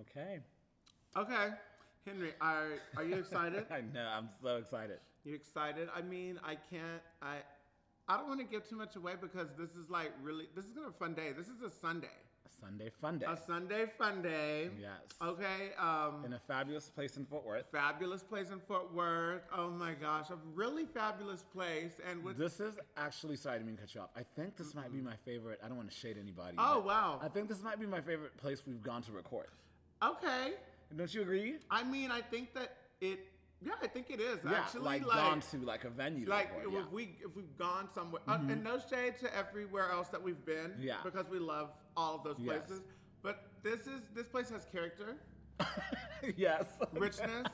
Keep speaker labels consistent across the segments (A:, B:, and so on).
A: Okay.
B: Okay, Henry, are are you excited?
A: I know. I'm so excited.
B: you excited? I mean, I can't. I I don't want to give too much away because this is like really. This is gonna be a fun day. This is a Sunday.
A: Sunday fun day
B: A Sunday fun day.
A: Yes.
B: Okay. Um.
A: in a fabulous place in Fort Worth.
B: Fabulous place in Fort Worth. Oh my gosh, a really fabulous place. And with
A: This is actually sorry I didn't mean to cut you off. I think this might be my favorite. I don't want to shade anybody.
B: Oh,
A: but
B: wow.
A: I think this might be my favorite place we've gone to record.
B: okay,
A: Don't you agree?
B: I mean, I think that it. Yeah, I think it is actually
A: like,
B: like
A: gone to like a venue. to
B: like
A: record,
B: if we if we've gone somewhere uh, and no shade to everywhere else that we've been
A: Yeah.
B: because we love all of those
A: Yes.
B: places but this is this place has character
A: yeah. yes.
B: richness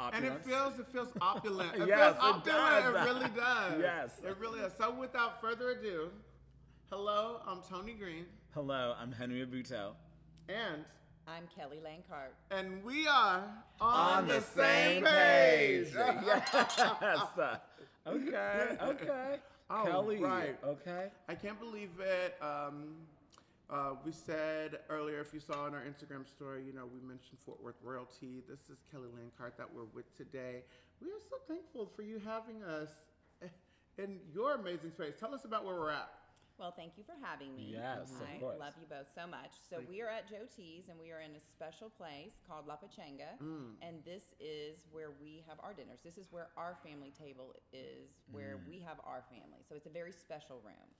B: and it
A: Opulence.
B: feels it feels opulent it
A: Yes,
B: feels
A: it does.
B: opulent it really does
A: Yes.
B: it really does so without further ado hello i'm tony green
A: Hello, I'm Henry Abuto.
B: and
C: I'm Kelly Lankart.
B: and we are on,
A: On the same page. Yes. okay. Okay.
B: All
A: Kelly.
B: right.
A: Okay.
B: I can't believe it. Um, uh, we said earlier, if you saw in our Instagram story, you know, we mentioned Fort Worth royalty. This is Kelly Lancart that we're with today. We are so thankful for you having us in your amazing space. Tell us about where we're at.
C: Well, thank you for having me.
A: Yes, of
C: I
A: course.
C: love you both so much. So we are at Joe T's and we are in a special place called La Pachanga,
A: Mm.
C: and this is where we have our dinners. This is where our family table is, where
A: Mm.
C: we have our family. So it's a very special room.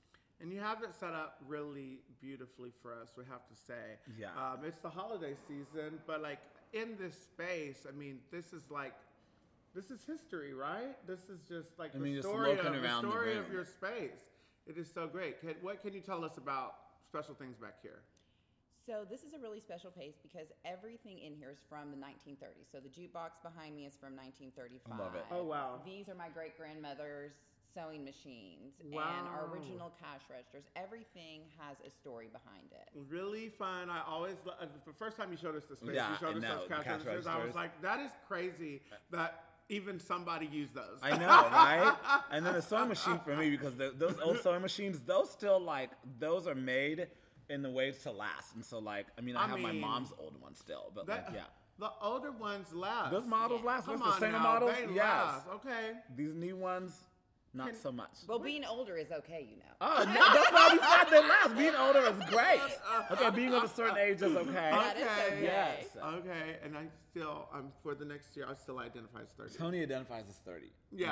B: And you have it set up really beautifully for us, we have to say.
A: Yeah.
B: Um, it's the holiday season, but like in this space, I mean, this is like, this is history, right? This is just like
A: I
B: the,
A: mean, just
B: story
A: looking
B: of,
A: around
B: the
A: the
B: story of
A: room.
B: your space. It is so great. Can, what can you tell us about special things back here?
C: So this is a really special place because everything in here is from the 1930s. So the jukebox behind me is from 1935.
A: I love it.
B: Oh, wow.
C: These are my great grandmother's sewing machines and
B: Wow.
C: our original cash registers. Everything has a story behind it.
B: Mm. Really fun. I always lo- uh, the first time you showed us the space,
A: Yeah,
B: you showed
A: I
B: us
A: know,
B: those
A: the
B: cash
A: cash
B: registers. I
A: registers.
B: was like, that is crazy that even somebody used those.
A: I know, right? and then the sewing machine for me because the, those old sewing machines, those still like those are made in the way to last. And so like, I mean, I,
B: I
A: have my
B: mean,
A: mom's old one still, but
B: That-
A: like, yeah,
B: The older ones last.
A: those models last.
B: Come
A: That's the
B: on
A: same
B: now,
A: models.
B: They
A: Yes.
B: laugh, Okay.
A: These new ones, not so much.
C: Well, being older is okay, you know.
A: Oh, no, that's why we said they last. Being older is great. Okay, being of a certain age is
C: That
A: okay.
C: is
B: okay.
C: okay.
A: Yes.
B: Okay. And I still, um, for the next year, I still identify as 30.
A: Tony identifies as 30.
B: Yeah.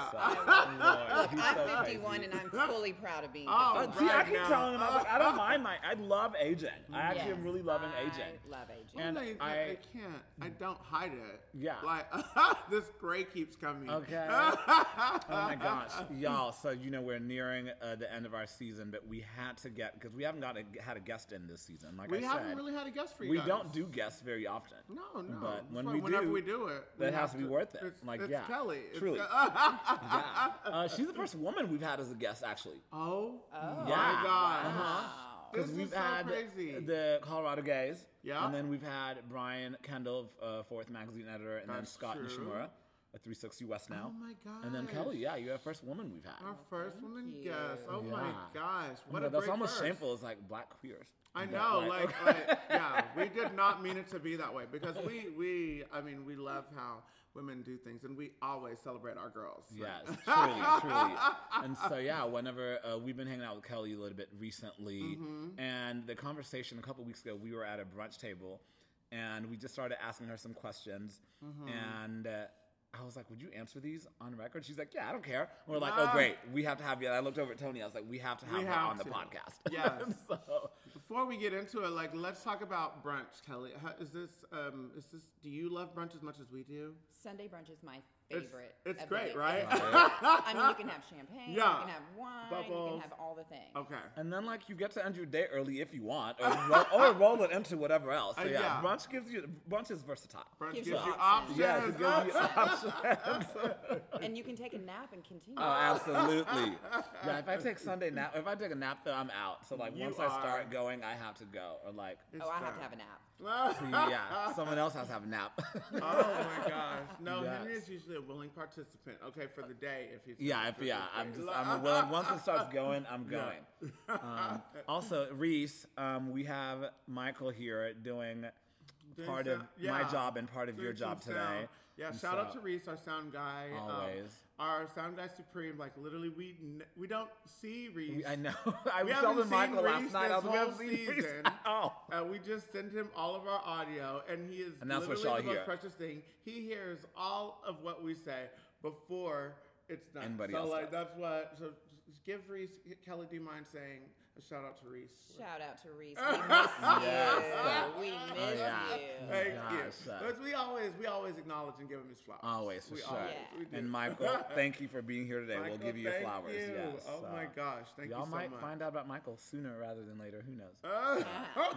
A: I'm, so,
C: I'm
A: Lord, he's so
C: 51
A: crazy.
C: and I'm fully proud of being.
B: Oh,
A: Uh,
C: 51.
A: see, I
B: Right
A: keep
B: now.
A: telling him, I, was like, I don't mind my, I love aging. I actually am
C: Yes,
A: really loving
C: I
A: aging.
C: love aging.
A: And
B: No, you- I,
A: I-
B: can't. I don't hide it.
A: Yeah.
B: Like this gray keeps coming.
A: Okay. oh my gosh, y'all! So you know we're nearing uh, the end of our season, but we had to get because we haven't got a, had a guest in this season. Like
B: We
A: I
B: haven't
A: said,
B: really had a guest for you.
A: we
B: guys.
A: don't do guests very often.
B: No, no.
A: But
B: That's
A: when
B: why
A: we
B: whenever
A: do,
B: we do it, we
A: that has
B: have
A: to be
B: to-
A: worth it.
B: it's-
A: like
B: it's
A: yeah,
B: Kelly. It's-
A: truly. yeah. Uh, she's the first woman we've had as a guest actually.
B: Oh. My
A: Yeah. Uh-huh.
B: God.
C: Wow.
B: This
A: Because
B: is
A: we've
B: so
A: had
B: crazy.
A: the Colorado Gays,
B: Yeah.
A: and then we've had Brian Kendall, uh, fourth magazine editor, and
B: That's
A: then Scott
B: true.
A: Nishimura, a 360 West now.
B: Oh my
A: And then
B: gosh.
A: Kelly, yeah, you're the first woman we've had.
B: Our first woman
C: Oh, you.
B: guest. Oh my
A: Yeah.
B: gosh. What a
A: that's
B: great
A: almost
B: first.
A: shameful. It's like black queers.
B: I
A: But,
B: know,
A: right,
B: like,
A: okay.
B: like, yeah, we did not mean it to be that way because we, we, I mean, we love how women do things, and we always celebrate our girls.
A: Yes, truly, truly. And so, yeah, whenever uh, we've been hanging out with Kelly a little bit recently,
B: Mm-hmm.
A: and the conversation a couple weeks ago, we were at a brunch table, and we just started asking her some questions,
B: Mm-hmm.
A: and. Uh, I was like, "Would you answer these on record?" She's like, "Yeah, I don't care." And we're like,
B: Wow.
A: "Oh, great, we have to have you." And I looked over at Tony. I was like, "We have to have
B: Ah. We
A: her
B: have
A: on
B: to.
A: the podcast."
B: Yes.
A: so,
B: Before we get into it, like, let's talk about brunch, Kelly. How, is this, um, is this? Do you love brunch as much as we do?
C: Sunday brunch is my
B: It's-
C: favorite.
B: it's
C: of the
B: great,
C: week.
B: right?
C: I mean, you can have champagne.
B: Yeah.
C: You can have wine. You
B: Bubbles.
C: can have all the things.
B: Okay.
A: And then, like, you get to end your day early if you want, or, ro- or roll it into whatever else. So,
B: Uh,
A: yeah,
B: yeah.
A: brunch gives you brunch is versatile.
B: Brunch gives,
C: Gives
B: you
C: you
B: options.
C: options.
A: Yes, it gives you options.
C: And you can take a nap and continue.
A: Oh, absolutely. Yeah, if I take Sunday nap, if I take a nap, though, I'm out. So, like,
B: You
A: once
B: are-
A: I start going, I have to go, or like,
C: oh, I have to have a nap.
A: yeah, someone else has to have a nap.
B: Oh my gosh. No,
A: Yes.
B: Henry is usually a willing participant. Okay, for the day, if he's
A: yeah, if, yeah, I'm just, I'm willing. Once it starts going, I'm going. Um, also, Reese, um, we have Michael here doing
B: Doing
A: part of
B: sound-
A: my
B: yeah.
A: job and part of your
B: Doing some
A: job today.
B: sound. Yeah,
A: And
B: shout out
A: so-
B: to Reese, our sound guy. um,
A: Always.
B: our sound guy supreme. Like literally, we n- we don't see Reese.
A: I know. I was
B: We haven't
A: telling
B: seen
A: Michael last
B: Reese
A: night.
B: this
A: I was like, we
B: whole
A: haven't seen Reese Oh.
B: season.
A: at all.
B: Uh, we just send him all of our audio, and he is
A: And that's what y'all
B: literally the
A: hear.
B: most precious thing. He hears all of what we say before it's done.
A: Anybody
B: so
A: else
B: like
A: does.
B: that's what. So just give Reese Kelly. Do you mind saying a shout out to Reese?
C: Shout out to Reese. We miss
A: Yes.
C: you. We
A: Oh,
C: miss
A: yeah.
C: you.
B: Thank you.
A: Gosh, uh,
B: But we always we always acknowledge and give him his flowers.
A: Always, for
B: we
A: sure.
B: Always,
C: Yeah.
B: we do.
A: And Michael, thank you for being here today. we'll
B: Michael,
A: give you your
B: thank
A: flowers.
B: you.
A: Yes.
B: Oh
A: uh,
B: my gosh, thank
A: y'all
B: you so
A: might
B: much.
A: find out about Michael sooner rather than later. Who knows?
B: Uh,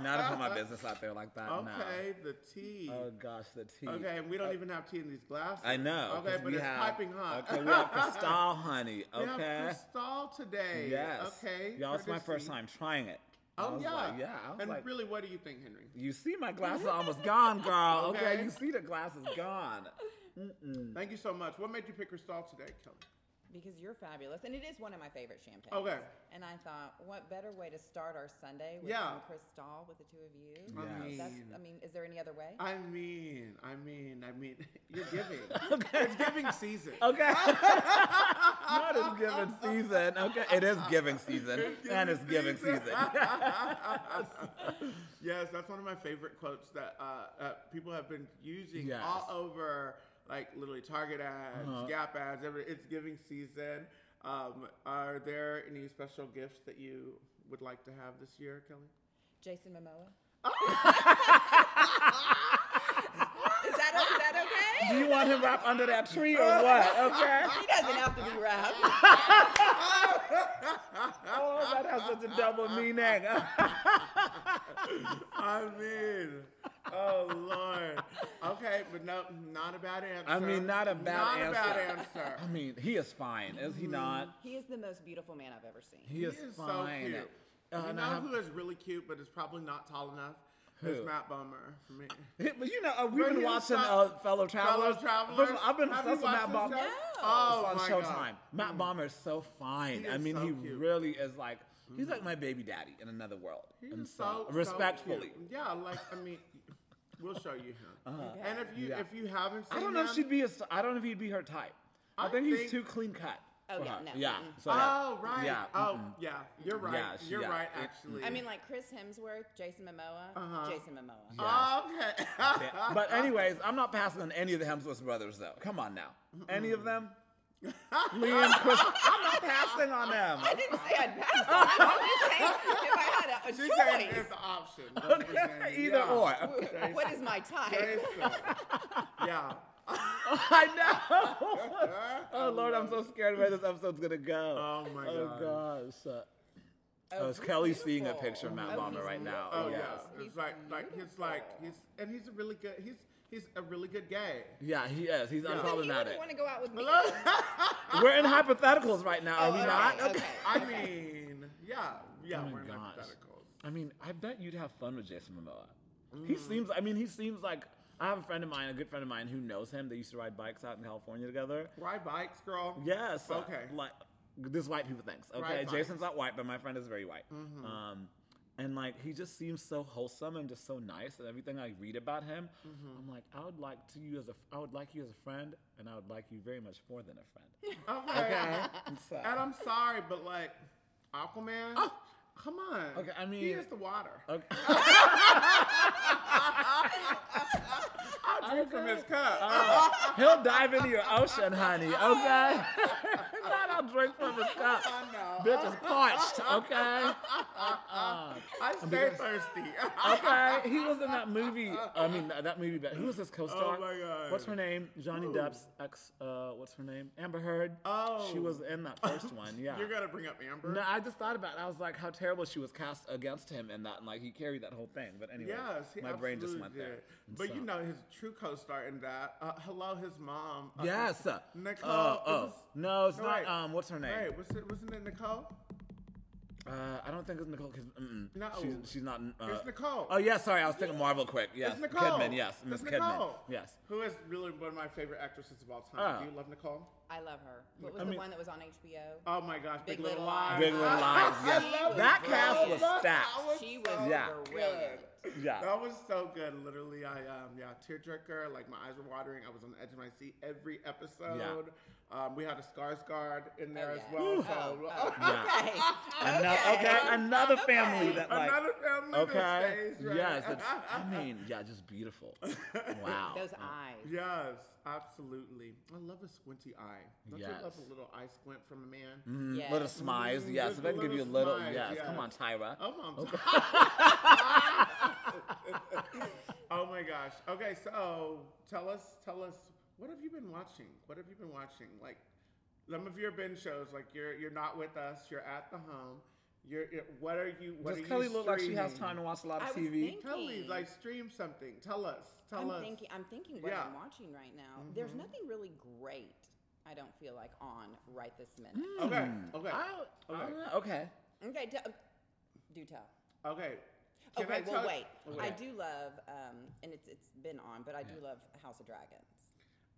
A: Not to put my business out there like that. no.
B: okay, the tea.
A: Oh gosh, the tea.
B: okay, and we don't even have tea in these glasses.
A: uh, I know.
B: Okay,
A: 'cause
B: but
A: we
B: it's
A: have,
B: piping hot.
A: Okay, we have Cristal, honey.
B: We
A: Okay.
B: have Cristal today.
A: Yes.
B: Okay.
A: Y'all, it's my first
B: courtesy.
A: time trying it. I
B: Oh
A: was
B: yeah.
A: like, yeah. I was
B: and
A: like,
B: really, what do you think, Henry?
A: you see my glasses are almost gone, girl. Okay.
B: Okay.
A: You see the glasses gone. Mm.
B: Thank you so much. What made you pick Cristal today, Kelly?
C: Because you're fabulous. And it is one of my favorite champagnes.
B: Okay.
C: And I thought, what better way to start our Sunday with
B: Yeah.
C: some Cristal with the two of you?
A: I
B: Yes.
C: That's,
B: mean-
C: I mean, is there any other way?
B: I mean, I mean, I mean, you're giving. It's giving season.
A: Okay. Not as giving season. Okay. It is giving season. and it's giving season.
B: yes, that's one of my favorite quotes that uh, uh, people have been using
A: Yes. Uh-huh.
B: all over, like literally Target ads, Gap ads. Every, it's giving season. Um, are there any special gifts that you would like to have this year, Kelly?
C: Jason Momoa?
B: Oh.
C: is, that, is that okay?
A: Do you want him wrapped under that tree or what? Okay.
C: He doesn't have to be wrapped.
A: Oh, that has such a double meaning.
B: I mean, oh Lord. Okay, but no, not a bad answer.
A: I mean, not a bad
B: not a bad
A: answer.
B: answer. Mm-hmm.
A: I mean, he is fine, is he not?
C: He is the most beautiful man I've ever seen.
A: He is, fine.
B: so cute.
A: Uh,
B: you
A: and
B: know
A: I have-
B: who is really cute, but is probably not tall enough? It's
A: Who?
B: Matt Bummer for me.
A: Hey, But you know, uh, we've
B: But
A: been
B: he's
A: watching
B: not-
A: uh, Fellow Travelers.
B: Fellow Travelers.
A: First of all, I've been
B: Have you
A: obsessed with
B: watched
A: Matt
B: this
A: Bomber.
B: show?
C: No.
B: Oh,
A: it's
B: my
A: on Showtime.
B: God. Mm.
A: Matt Bomber is so fine.
B: He
A: I
B: is
A: mean,
B: so
A: he
B: cute.
A: really is like he's like my baby daddy in another world.
B: He's
A: and
B: so, so
A: respectfully, Uh-huh.
B: cute. Yeah, like I mean, we'll show you him. And if you
A: Yeah.
B: if you haven't seen
A: I don't know
B: him-
A: if she'd be his. I don't know if he'd be her type. I,
B: I
A: think,
B: think-
A: he's too clean cut.
C: Oh,
A: for
C: yeah,
A: her.
C: no,
A: yeah.
C: mm-mm.
A: So yeah.
B: Oh right.
A: Yeah.
B: Oh
A: mm-mm.
B: yeah. You're right.
A: Yeah, she-
B: You're
A: yeah,
B: right.
A: it-
B: Actually.
C: I mean, like Chris Hemsworth, Jason Momoa,
B: Uh-huh.
C: Jason Momoa. Oh,
B: Okay.
A: Yeah. But anyways, I'm not passing on any of the Hemsworth brothers though. Come on now, any of them? Liam, Chris, I'm not passing on them.
C: I didn't say I'd pass. on him. I'm just saying if I had a, a
B: She's saying
C: choice,
B: it's an option. That's what she's saying.
A: Either
B: Yeah.
A: or.
C: w- what is my type? Oh,
B: Jason. yeah.
A: I know. Oh Lord, I'm so scared where this episode's gonna go.
B: Oh, my God.
A: Oh gosh. Uh,
C: Oh,
A: it's
C: he's
A: Kelly seeing a
C: beautiful.
A: picture of Matt
C: Oh,
A: Bomber
C: he's
A: right now.
B: Oh
A: yes.
B: yeah.
C: He's
B: It's like like he's like he's and he's a really good he's he's a really good gay.
A: Yeah, he is. He's
C: But you
A: unproblematic.
C: wouldn't want to go out with me.
A: We're in hypotheticals right now, are
C: Oh,
A: we
C: okay,
A: not?
C: okay.
B: I mean, yeah, yeah,
A: Oh my
B: we're in
A: gosh.
B: hypotheticals.
A: I mean, I bet you'd have fun with Jason Momoa. He seems. I mean, he seems like. I have a friend of mine, a good friend of mine, who knows him. They used to ride bikes out in California together.
B: Ride bikes, girl.
A: Yes. uh,
B: Okay.
A: Like this white people things. Okay.
B: Right, Mm-hmm. fine.
A: Jason's not white, but my friend is very white. Um, and like he just seems so wholesome and just so nice. And everything I read about him,
B: Mm-hmm.
A: I'm like, I would like to you as a, I would like you as a friend, and I would like you very much more than a friend.
B: Okay.
A: And so-
B: And I'm sorry, but like Aquaman, come on.
A: Ah. Okay, I
B: he
A: mean- Oh.
B: is the water.
A: okay.
B: I'll drink from his cup.
A: Ah. He'll dive into your ocean, honey. Okay. Not I'll drink from his cup.
B: I know.
A: Bitch is parched. Okay.
B: I stay thirsty.
A: Okay, he was in that movie. I mean, that that movie. But who was his co-star?
B: Oh, my God.
A: What's her name? Johnny Depp's ex. Uh, what's her name? Amber Heard.
B: Oh.
A: she was in that first one. Yeah.
B: You're gonna bring up Amber.
A: no, I just thought about it. I was like, how terrible she was cast against him in that, and like he carried that whole thing. But anyway,
B: Yes, he
A: my brain just
B: absolutely
A: went there.
B: did.
A: And
B: But
A: so-
B: you know his true co-star in that. Uh, hello, his mom. Uh,
A: Yes. uh,
B: Nicole.
A: Oh,
B: it
A: oh.
B: was-
A: no, it's
B: no,
A: not.
B: wait.
A: Um, what's her name?
B: Wait, was it, wasn't it Nicole?
A: Uh, I don't think it's Nicole. Cause, mm-mm.
B: No.
A: she's, she's not. Uh,
B: It's Nicole.
A: Oh yeah, sorry, I was thinking Marvel quick. Yes,
B: It's Nicole.
A: Kidman. Yes, Miss
B: It's
A: Kidman.
B: Nicole.
A: Yes.
B: Who is really one of my favorite actresses of all time.
A: Oh.
B: Do you love Nicole?
C: I love her. What was
A: I
C: the
A: mean-
C: one that was on HBO?
B: Oh my gosh, Big,
C: Big
B: Little
C: Little
B: Lies.
A: Big Little Lies, yes.
B: I love
A: That
B: it.
A: cast
B: I
A: was
B: love-
A: stacked.
B: I was
C: she was
B: so
A: Yeah.
C: brilliant.
B: good.
A: Yeah.
B: That was so good. Literally, I um yeah, tearjerker. Like my eyes were watering. I was on the edge of my seat every episode. Um, we had a scars guard in there as
C: yeah.
B: well.
C: Ooh.
B: So
C: Oh, oh,
A: Yeah.
C: okay.
A: Ano- okay, another
C: Okay.
A: family that like
B: another family that
A: okay,
B: stays, right?
A: yes, it's, I mean, yeah, just beautiful. Wow,
C: Those eyes.
B: Yes, absolutely. I love a squinty eye. Don't you love
A: Yes.
B: a little eye squint from a man?
A: Mm,
C: Yes.
A: little smiles,
B: Mm,
A: yes,
B: just
A: if I can
B: a
A: give you a
B: little
A: little,
B: smile,
A: yes.
B: yes.
A: come on, Tyra.
B: Oh, mom. oh my gosh. Okay, so tell us, tell us, what have you been watching? What have you been watching? Like some of your binge shows. Like you're you're not with us. You're at the home. You're. you're what are you? What
A: Does
B: are
A: Kelly
B: you
A: look like she has
B: streaming?
A: time to watch a lot
C: I
A: of
C: was
A: TV?
C: thinking-
B: Kelly, like stream something. Tell us. Tell
C: I'm
B: us.
C: thinking. I'm thinking what
B: Yeah. Mm-hmm.
C: I'm watching right now. There's nothing really great. I don't feel like on right this minute.
B: Okay. Okay.
A: I-
B: okay.
A: uh, okay.
C: Okay, do, do tell.
B: Okay. Can I
C: okay, well,
B: tell-
C: wait. I
B: Okay.
C: do love, um, and it's it's been on, but I do love House of Dragons.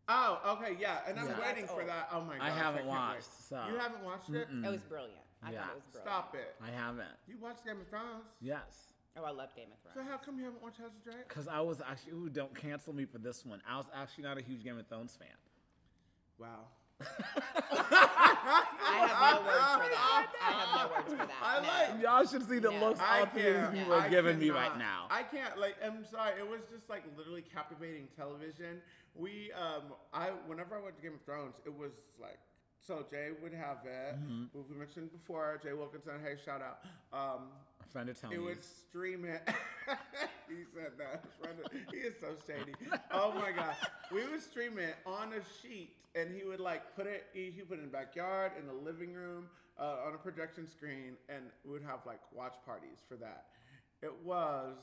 B: Oh, okay, yeah, and I'm
A: Yeah.
B: waiting for
C: Oh.
B: that. Oh my gosh,
A: I haven't
B: can't
A: watched,
B: wait.
A: so-
B: you haven't watched it.
C: It was brilliant. I
A: Yeah.
C: thought it was brilliant.
B: Mm. Stop it.
A: I haven't.
B: You watched Game of Thrones.
A: Yes.
C: Oh, I love Game of
B: So
C: Thrones.
B: how come you haven't watched House of Dragons?
A: Because I was actually, ooh, don't cancel me for this one. I was actually not a huge Game of Thrones fan.
B: Wow.
C: I have no words for that. I have no words for that.
B: I
C: no.
B: like-
A: Y'all should see the
C: No.
A: looks
B: I
A: all three of
B: can't.
A: these people are
B: I
A: giving me right
B: cannot.
A: now.
B: I can't. Like, I'm sorry. It was just like literally captivating television. We, um, I, whenever I went to Game of Thrones, it was like. So Jay would have it.
A: Mm-hmm.
B: We mentioned before Jay Wilkinson. Hey, shout out. Um,
A: A friend of Tony's.
B: It would stream it. he said that. in front of- He is so shady. Oh my god. We would stream it on a sheet, and he would like put it. He he put it in the backyard, in the living room, uh, on a projection screen, and we would have like watch parties for that. It was.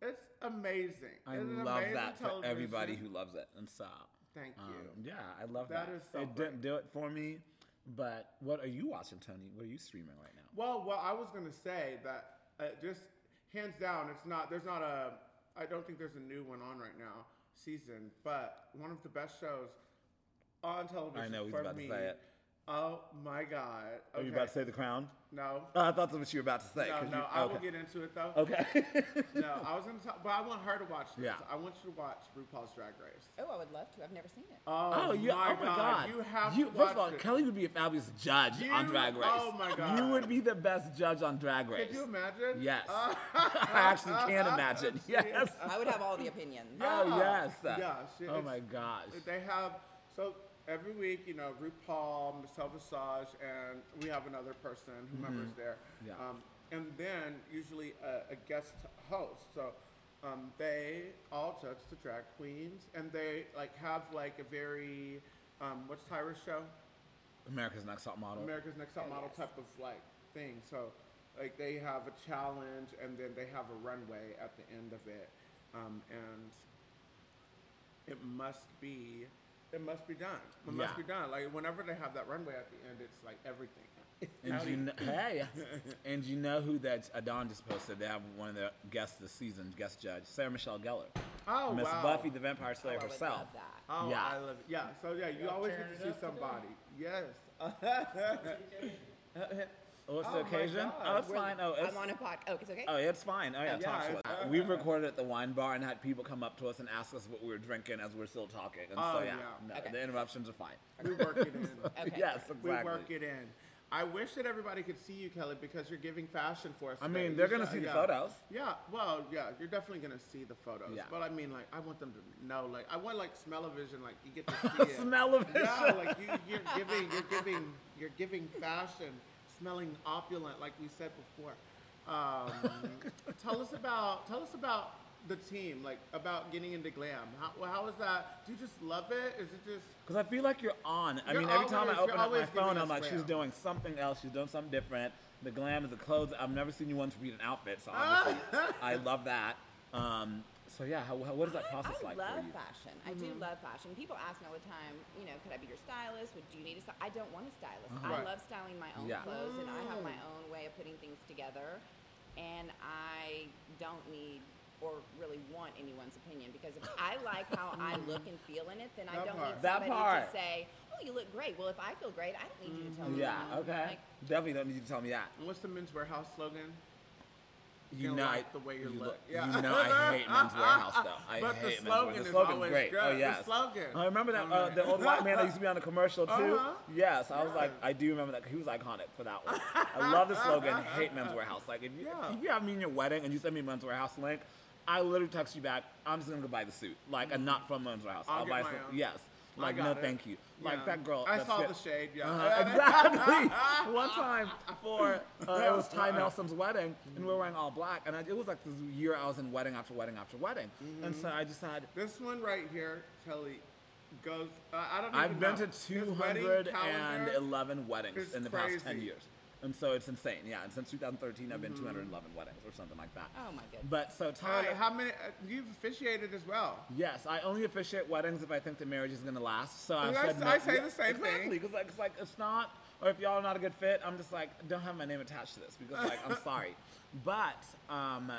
B: It's amazing.
A: I
B: It's an
A: love
B: amazing
A: that for everybody who
B: television.
A: loves it. And so,
B: Thank
A: um,
B: you.
A: yeah, I love that.
B: That is so
A: it didn't do it for me. But what are you watching, Tony? What are you streaming right now?
B: Well, well, I was gonna say that uh, just hands down, it's not. There's not a. I don't think there's a new one on right now season, but one of the best shows on television.
A: know, he's
B: for
A: about to
B: me.
A: say it.
B: Oh my God!
A: Are you about to say The Crown?
B: no?
A: Oh, I thought that's what you were about to say.
B: No,
A: 'cause
B: no.
A: you,
B: I will
A: okay.
B: get into it though.
A: Okay.
B: No, I was gonna talk, but I want her to watch this.
A: Yeah.
B: I want you to watch RuPaul's Drag Race.
C: Oh, I would love to. I've never seen it.
B: Oh,
A: Oh, you,
B: my,
A: oh my God.
B: You have to watch
A: First of all,
B: it.
A: Kelly would be a fabulous judge
B: You-
A: on Drag Race.
B: oh my God.
A: You would be the best judge on Drag Race.
B: Could you imagine?
A: Yes.
B: Uh,
A: I actually can't imagine. Yes.
C: I would have all the opinions.
A: Oh, yes.
B: Yeah, she-
A: oh,
B: it's-
A: my gosh.
B: They have so every week, you know, RuPaul, Michelle Visage, and we have another person, whomever's there.
A: Yeah.
B: Um, and then usually a, a guest host. So um, they all judge the drag queens, and they like have like a very um, what's Tyra's show?
A: America's Next Top Model.
B: America's Next Top
C: Oh,
B: Model
C: yes.
B: type of like thing. So like they have a challenge, and then they have a runway at the end of it, um, and it must be it must be done. It must
A: Yeah.
B: be done. Like whenever they have that runway at the end, it's like everything.
A: and you know, hey, and you know who that Adon just posted? They have one of the guests this season, guest judge, Sarah Michelle Gellar,
B: Oh
A: Miss
B: wow.
A: Buffy the Vampire
C: Oh, I
A: Slayer
C: would
A: herself.
C: love that.
B: Oh,
A: Yeah.
B: I love it. Yeah. So yeah, you always get to see somebody. Yes.
A: Oh, it's
B: Oh,
A: the
B: my
A: occasion?
B: God.
A: Oh, it's
B: We're-
A: fine. Oh, it's,
C: I'm on a podcast. Oh, it's okay.
A: Oh, it's fine. Oh, yeah,
B: Yeah,
A: talk to
B: it's-
A: us. We recorded at the wine bar and had people come up to us and ask us what we were drinking as we're still talking. And
B: Oh,
A: so, yeah,
B: yeah.
A: no,
C: Okay.
A: the interruptions are fine.
B: we work it in.
C: Okay.
A: Yes, exactly.
B: We work it in. I wish that everybody could see you, Kelly, because you're giving fashion for us.
A: I
B: today.
A: mean,
B: You
A: they're gonna
B: sh-
A: see the
B: yeah.
A: photos.
B: Yeah, well, yeah, you're definitely gonna see the photos.
A: Yeah.
B: But I mean, like, I want them to know, like, I want like smell-o-vision, like you get to see it.
A: Smell-o-vision.
B: Yeah, like you, you're giving, you're giving, you're giving fashion, smelling opulent, like we said before. Um, tell us about, tell us about the team, like about getting into glam. How, well, how is that? Do you just love it? Is it just
A: Because I feel like you're on. I
B: You're
A: mean, every time I
B: always- you're
A: open up my
B: always
A: phone,
B: giving
A: I'm
B: us
A: like, she's
B: glam.
A: doing something else. She's doing something different. The glam is the clothes. I've never seen you once read an outfit, so obviously, I love that. Um, so yeah, how, how, what is that
C: I,
A: process
C: I
A: like for
C: love
A: you? Mm-hmm.
C: fashion. I do love fashion. People ask me all the time, you know, could I be your stylist? Would do you need a stylist? I don't want a stylist. I
B: Right.
C: love styling my own
A: Yeah.
C: clothes, and I have my
B: Mm.
C: own way of putting things together. And I don't need or really want anyone's opinion because if I like how I look and feel in it, then I
B: That
C: don't
B: part.
C: need
A: That
C: somebody
A: part. Mm-hmm.
C: to say, "Oh, you look great." Well, if I feel great, I don't need you to tell me.
A: Yeah,
C: that.
A: okay.
C: Like,
A: Definitely don't need you to tell me that.
B: what's the men's warehouse slogan? You
A: know,
B: like
A: I-
B: the way you
A: you
B: look.
A: look- you know I hate Men's Warehouse, though. I
B: but
A: hate Men's Warehouse.
B: the slogan
A: The
B: is
A: slogan's
B: always
A: great.
B: good.
A: Oh,
B: The
A: yes.
B: slogan.
A: I remember that uh,
B: Alright.
A: the old black man that used to be on the commercial too.
B: Uh-huh.
A: Yes, I was like,
B: Yeah.
A: I do remember that. 'cause He was iconic for that one. I love the slogan. Hate Men's Warehouse. Like if you,
B: Yeah.
A: if you have me in your wedding and you send me a Men's Warehouse link, I literally text you back. I'm just gonna go buy the suit. Like and not from Men's Warehouse.
B: I'll get
A: buy
B: my
A: some.
B: own.
A: Yes.
B: I
A: Like
B: got
A: no,
B: it.
A: thank you. Like
B: Yeah.
A: that girl.
B: I
A: that
B: saw
A: fit-
B: the shade, yeah. Uh,
A: Uh-huh, exactly. One time for uh, it was Ty Nelson's wedding, and we were wearing all black, and I, it was like this year I was in wedding after wedding after wedding, and so I just had
B: This one right here, Kelly, goes. Uh, I don't.
A: I've
B: even
A: been to
B: know. His wedding
A: 211
B: calendar-
A: weddings
B: is
A: in the past 10
B: crazy.
A: years. And so it's insane. Yeah, and since 2013, I've been 211 weddings or something like that.
C: Oh my goodness.
A: But so
B: All
A: Tyler,
B: right, how many? Uh, you've officiated as well.
A: yes, I only officiate weddings if I think the marriage is going to last. So I
B: I
A: said,
B: s-
A: no-
B: I say
A: yeah,
B: the same thing.
A: exactly, because like, it's like it's not, or if y'all are not a good fit, I'm just like, don't have my name attached to this because like I'm sorry. But um,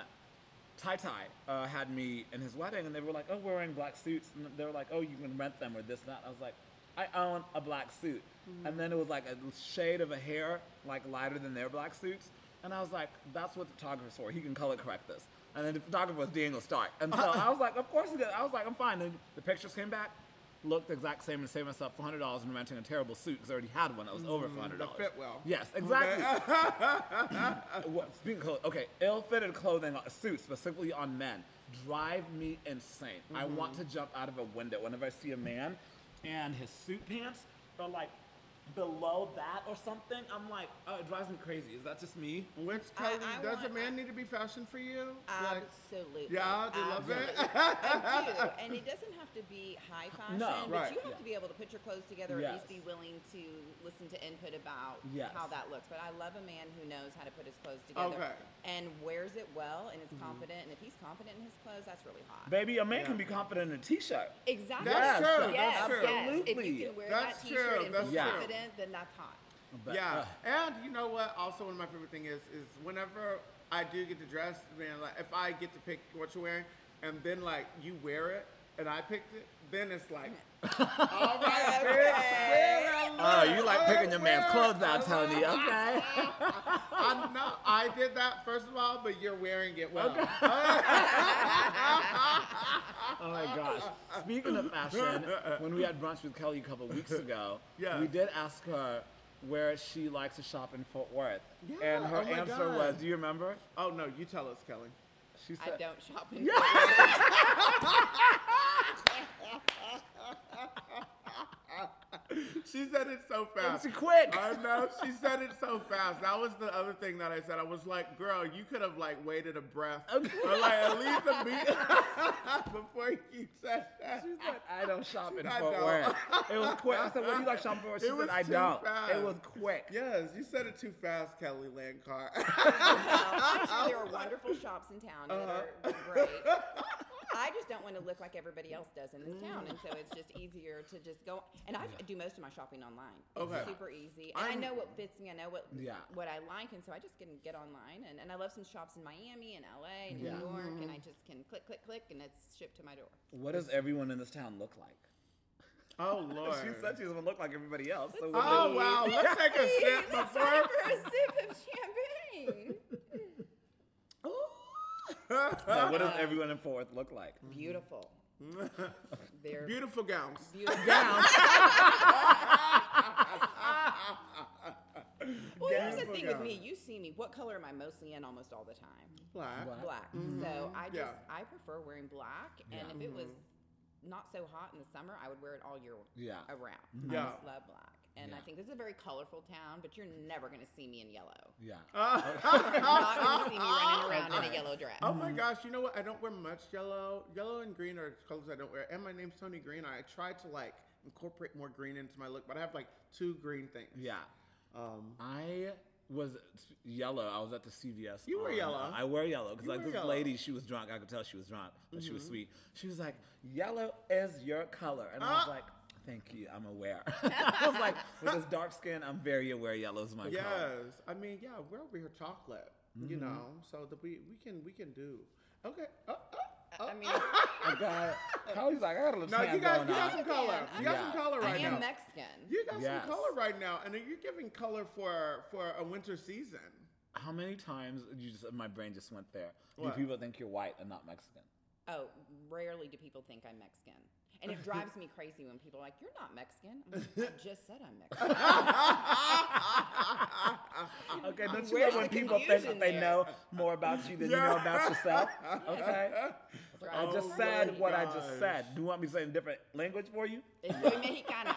A: Ty Ty uh, had me in his wedding, and they were like, "Oh, we're wearing black suits," and they were like, "Oh, you can rent them or this and that." I was like, "I own a black suit,"
B: Mm-hmm.
A: and then it was like a shade of a hair, like lighter than their black suits, and I was like, "That's what the photographer's for. He can color correct this." And then the photographer was Daniel Stark, and so I was like, "Of course he did." I was like, "I'm fine." And the pictures came back. Looked the exact same and saved myself $400 and renting a terrible suit because I already had one that was over $400.
B: Mm, that fit well.
A: Yes, exactly. What, speaking of clothes, okay, ill-fitted clothing, uh, suits specifically on men, drive me insane. I want to jump out of a window whenever I see a man, and his suit pants are like below that or something. I'm like, oh, it drives me crazy. Is that just me?
B: Which
C: I-
B: Kelly?
C: I
B: does a
C: want-
B: man need to be fashion for you? Like,
C: Absolutely. Um,
B: yeah, I do love it.
C: Absolutely. I do. And it doesn't have to be high fashion,
A: No.
B: Right.
C: but you have
A: Yeah.
C: to be able to put your clothes together,
A: Yes.
C: at least be willing to listen to input about
A: Yes.
C: how that looks. But I love a man who knows how to put his clothes together
B: Okay. Mm-hmm.
C: and wears it well and is confident. And if he's confident in his clothes, that's really hot.
A: Baby, a man
B: Yeah.
A: can be confident in a t-shirt.
C: Exactly.
A: Yes,
B: That's true.
C: Yes,
B: That's true.
C: yes. If
A: Absolutely.
C: you can wear
B: That's
C: that t-shirt
B: true,
C: and
B: that's
C: be
A: true.
C: confident, then that's hot.
A: But, uh,
B: yeah,
A: ugh.
B: and you know what? Also, one of my favorite things is is whenever I do get to dress, man. Like if I get to pick what you're wearing, and then like you wear it, and I picked it, then it's like, all right, bitch,
C: Okay.
B: wear it,
A: Oh,
B: wear
A: you
B: it,
A: like
B: wear
A: picking
B: it,
A: your man's
B: wear it.
A: clothes out,
B: All right.
A: Tony. Okay.
B: I no, I did that first of all, but you're wearing it well.
A: Oh my gosh. Speaking of fashion, when we had brunch with Kelly a couple weeks ago,
B: Yes.
A: we did ask her where she likes to shop in Fort Worth.
B: Yeah,
A: and her
B: oh my
A: answer
B: God.
A: was, do you remember?
B: Oh no, you tell us, Kelly.
A: She
C: I don't shop in
B: She said it so
A: And
B: fast.
A: she quick.
B: I know. She said it so fast. That was the other thing that I said. I was like, girl, you could have like waited a breath. Or like at least a beat before you said that.
A: She's like, I don't shop in
B: I
A: Fort
B: don't.
A: Worth. It was quick. I said, What do you like shopping for? She
B: It was
A: said, I
B: too
A: don't.
B: fast.
A: It was quick.
B: Yes, you said it too fast, Kelly Landcar.
C: I'm sure there are wonderful shops in town that are great. I just don't want to look like everybody else does in this town, and so it's just easier to just go. And I do most of my shopping online. It's
B: Okay.
C: super easy, and i
B: I'm-
C: know what fits me. I know what
A: Yeah.
C: what I like, and so I just can get online. And, and I love some shops in Miami and LA and
A: Yeah.
C: New York, and I just can click, click, click, and it's shipped to my door.
A: What does everyone in this town look like?
B: oh Lord.
A: She said she doesn't look like everybody else. So what
B: Oh
A: do-
B: wow, let's take a sip
C: Let's try
B: before
C: for a sip of champagne.
A: so what does everyone in Fort Worth look like?
C: Beautiful. They're
B: beautiful gowns.
C: beautiful. Well, here's the
B: Beautiful
C: thing with
B: gown.
C: me. You see me. What color am I mostly in almost all the time?
B: Black.
A: Black. Mm-hmm.
C: Black. So I just
B: Yeah.
C: I prefer wearing black. And if it was not so hot in the summer, I would wear it all year
A: Yeah.
C: around.
B: Mm-hmm. Yeah.
C: I just love black. And I
A: Yeah.
C: think this is a very colorful town, but you're never going to see me in yellow.
A: Yeah.
C: You're not going to see me running around in a yellow dress.
B: Oh
A: Mm-hmm.
B: my gosh, you know what? I don't wear much yellow. Yellow and green are colors I don't wear. And my name's Tony Green. I try to like incorporate more green into my look, but I have like two green things.
A: Yeah.
B: Um,
A: I was yellow. I was at the CVS.
B: You were
A: on-
B: yellow.
A: Um, I wear yellow because
B: You
A: like
B: were
A: this
B: yellow. Mm-hmm.
A: lady, she was drunk. I could tell she was drunk, but she was sweet. She was like, "Yellow is your color," and I was
B: Ah.
A: like, "Thank you. I'm aware." I was like, "With this dark skin, I'm very aware yellow's my
B: yes,
A: color."
B: I mean, yeah, we're over here chocolate,
A: Mm-hmm.
B: you know, so that we we can we can do. Okay. Oh, oh.
C: I mean, I
A: I got. Kylie's like, "I got a little
B: No, you
A: tan
B: got
A: going
B: you
A: on."
B: got some color.
C: am.
B: You got
A: Yeah.
B: some color right
C: am
B: now.
C: Mexican.
B: you got
A: Yes.
B: some color right now, and you're giving color for for a winter season.
A: How many times you just my brain just went there?
B: What?
A: Do people think you're white and not Mexican?
C: Oh, rarely do people think I'm Mexican. And it drives me crazy when people are like, You're not Mexican. I'm like, I just said I'm Mexican.
A: Okay, don't you
C: Where's
A: know when
C: the
A: people think that
C: confusion
A: they
C: there?
A: know more about you than you know about yourself? Okay. I
C: Drives
A: just
C: me
A: said
C: crazy.
A: what I
B: Oh gosh.
A: just said. Do you want me to say it in a different language for you?
C: It's muy mexicana.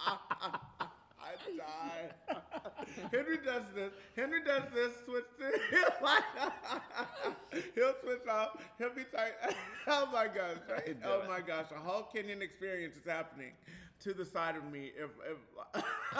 B: I died. Henry does this. Henry does this. Switch to He'll switch off. He'll be tight. oh my gosh.
A: I do
B: Oh
A: it.
B: my gosh. A whole Kenyan experience is happening to the side of me. If, if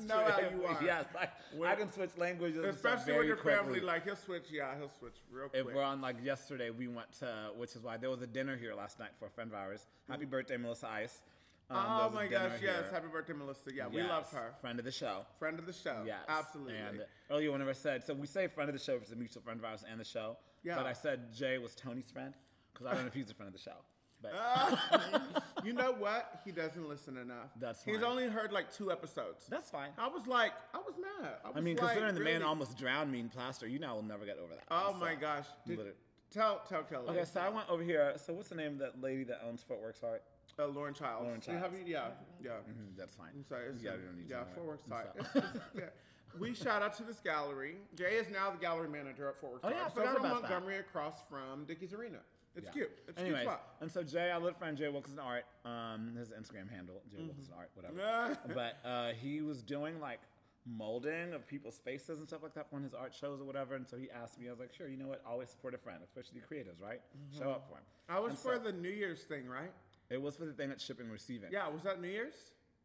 B: you know how you are.
A: Yes, I, I
B: When-
A: can switch languages.
B: Especially
A: very
B: when your
A: quickly.
B: family, like he'll switch. Yeah, he'll switch real
A: If
B: quick.
A: we're on like yesterday, we went to, which is why there was a dinner here last night for a friend of ours. Happy birthday, Melissa Ice. Um, there
B: Mm. oh
A: was a
B: my
A: dinner
B: gosh. Yes.
A: here.
B: Happy birthday, Melissa. Yeah, we love
A: Yes,
B: her.
A: Friend of the show.
B: Friend of the show.
A: Yes.
B: Absolutely.
A: And earlier, whenever I said, so we say friend of the show, if it's a mutual friend of ours and the show.
B: Yeah.
A: But I said Jay was Tony's friend because I don't know if he's a friend of the show. But
B: Ah. you know what? He doesn't listen enough.
A: That's
B: He's
A: fine.
B: only heard like two episodes.
A: that's fine.
B: I was like, I was mad. I, was
A: I mean,
B: like,
A: considering the man
B: really?
A: almost drowned me in plaster, you know I will never get over that.
B: Oh
A: So,
B: my gosh! Did-
A: literally.
B: tell tell Kelly.
A: Okay, so I went over here. So what's the name of that lady that owns Fort Worth? Sorry.
B: Uh, Lauren Childs.
A: Lauren
B: You have-
A: Childs.
B: yeah, yeah.
A: Mm, That's fine.
B: I'm sorry. It's
A: yeah,
B: a-
A: we don't need to
B: yeah,
A: know
B: Fort Worth
A: that.
B: side.
A: I'm
B: It's-
A: sorry.
B: it's- yeah. We shout out to this gallery. Jay is now the gallery manager at Fort Worth.
A: Oh, yeah, I
B: Side. so
A: forgot
B: we're on
A: about that.
B: Montgomery across from Dickey's Arena. It's
A: Yeah.
B: cute. It's a
A: Anyways,
B: cute spot.
A: and so Jay, I live friend Jay Wilkinson Art, um, his Instagram handle,
B: Mm-hmm.
A: Jay Wilkinson Art, whatever. but uh, he was doing like molding of people's faces and stuff like that on his art shows or whatever. And so he asked me, I was like, sure, you know what? Always support a friend, especially creatives, right? Show up for him.
B: Mm-hmm. I was
A: And
B: for
A: so-
B: the New Year's thing, right?
A: It was for the thing at shipping and receiving.
B: Yeah. Was that New Year's?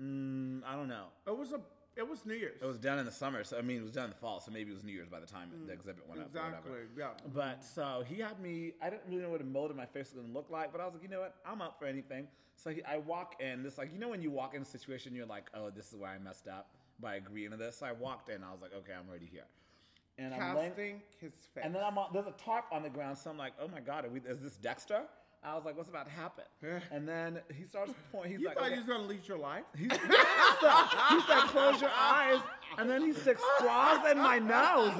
A: Mm, I don't know.
B: It was a. It was New Year's.
A: It was done in the summer, so I mean, it was done in the fall, so maybe it was New Year's by the time the exhibit went up. Or
B: exactly.
A: whatever.
B: Yeah.
A: But so he had me. I didn't really know what a mold in my face was gonna look like, but I was like, you know what? I'm up for anything. So he, I walk in. This like you know when you walk in a situation, you're like, oh, this is where I messed up by agreeing to this. So I walked in. I was like, okay, I'm already here. And I'm laying-
B: Casting his face.
A: and then I'm on, there's a tarp on the ground, so I'm like, oh my god, are we, is this Dexter? I was like, what's about to happen? and then he starts pointing. He's
B: you
A: like,
B: thought
A: okay.
B: you was gonna lead your life?
A: He's, he said, close your eyes. And then he sticks straws in my nose.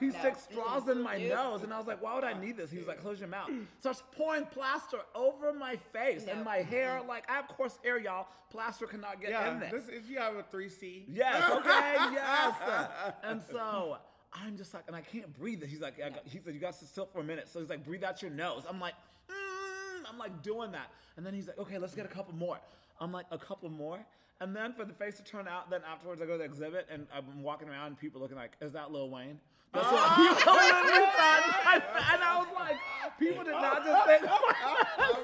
A: He
C: No.
A: sticks straws in my
C: Ew.
A: nose. And I was like, why would I need this? He was like, close your mouth. Starts pouring plaster over my face and
C: No.
A: my hair. Like, I have coarse hair, y'all. Plaster cannot get
B: Yeah.
A: in there.
B: This if you have a three C.
A: Yes, okay, yes. And so I'm just like, and I can't breathe. He's like, I got, he said, you got to sit still for a minute. So he's like, breathe out your nose. I'm like, mm, I'm like doing that. And then he's like, okay, let's get a couple more. I'm like, a couple more. And then for the face to turn out, then afterwards I go to the exhibit and I'm walking around and people looking like, is that Lil Wayne? That's what people literally thought. And I was like, people did not just think.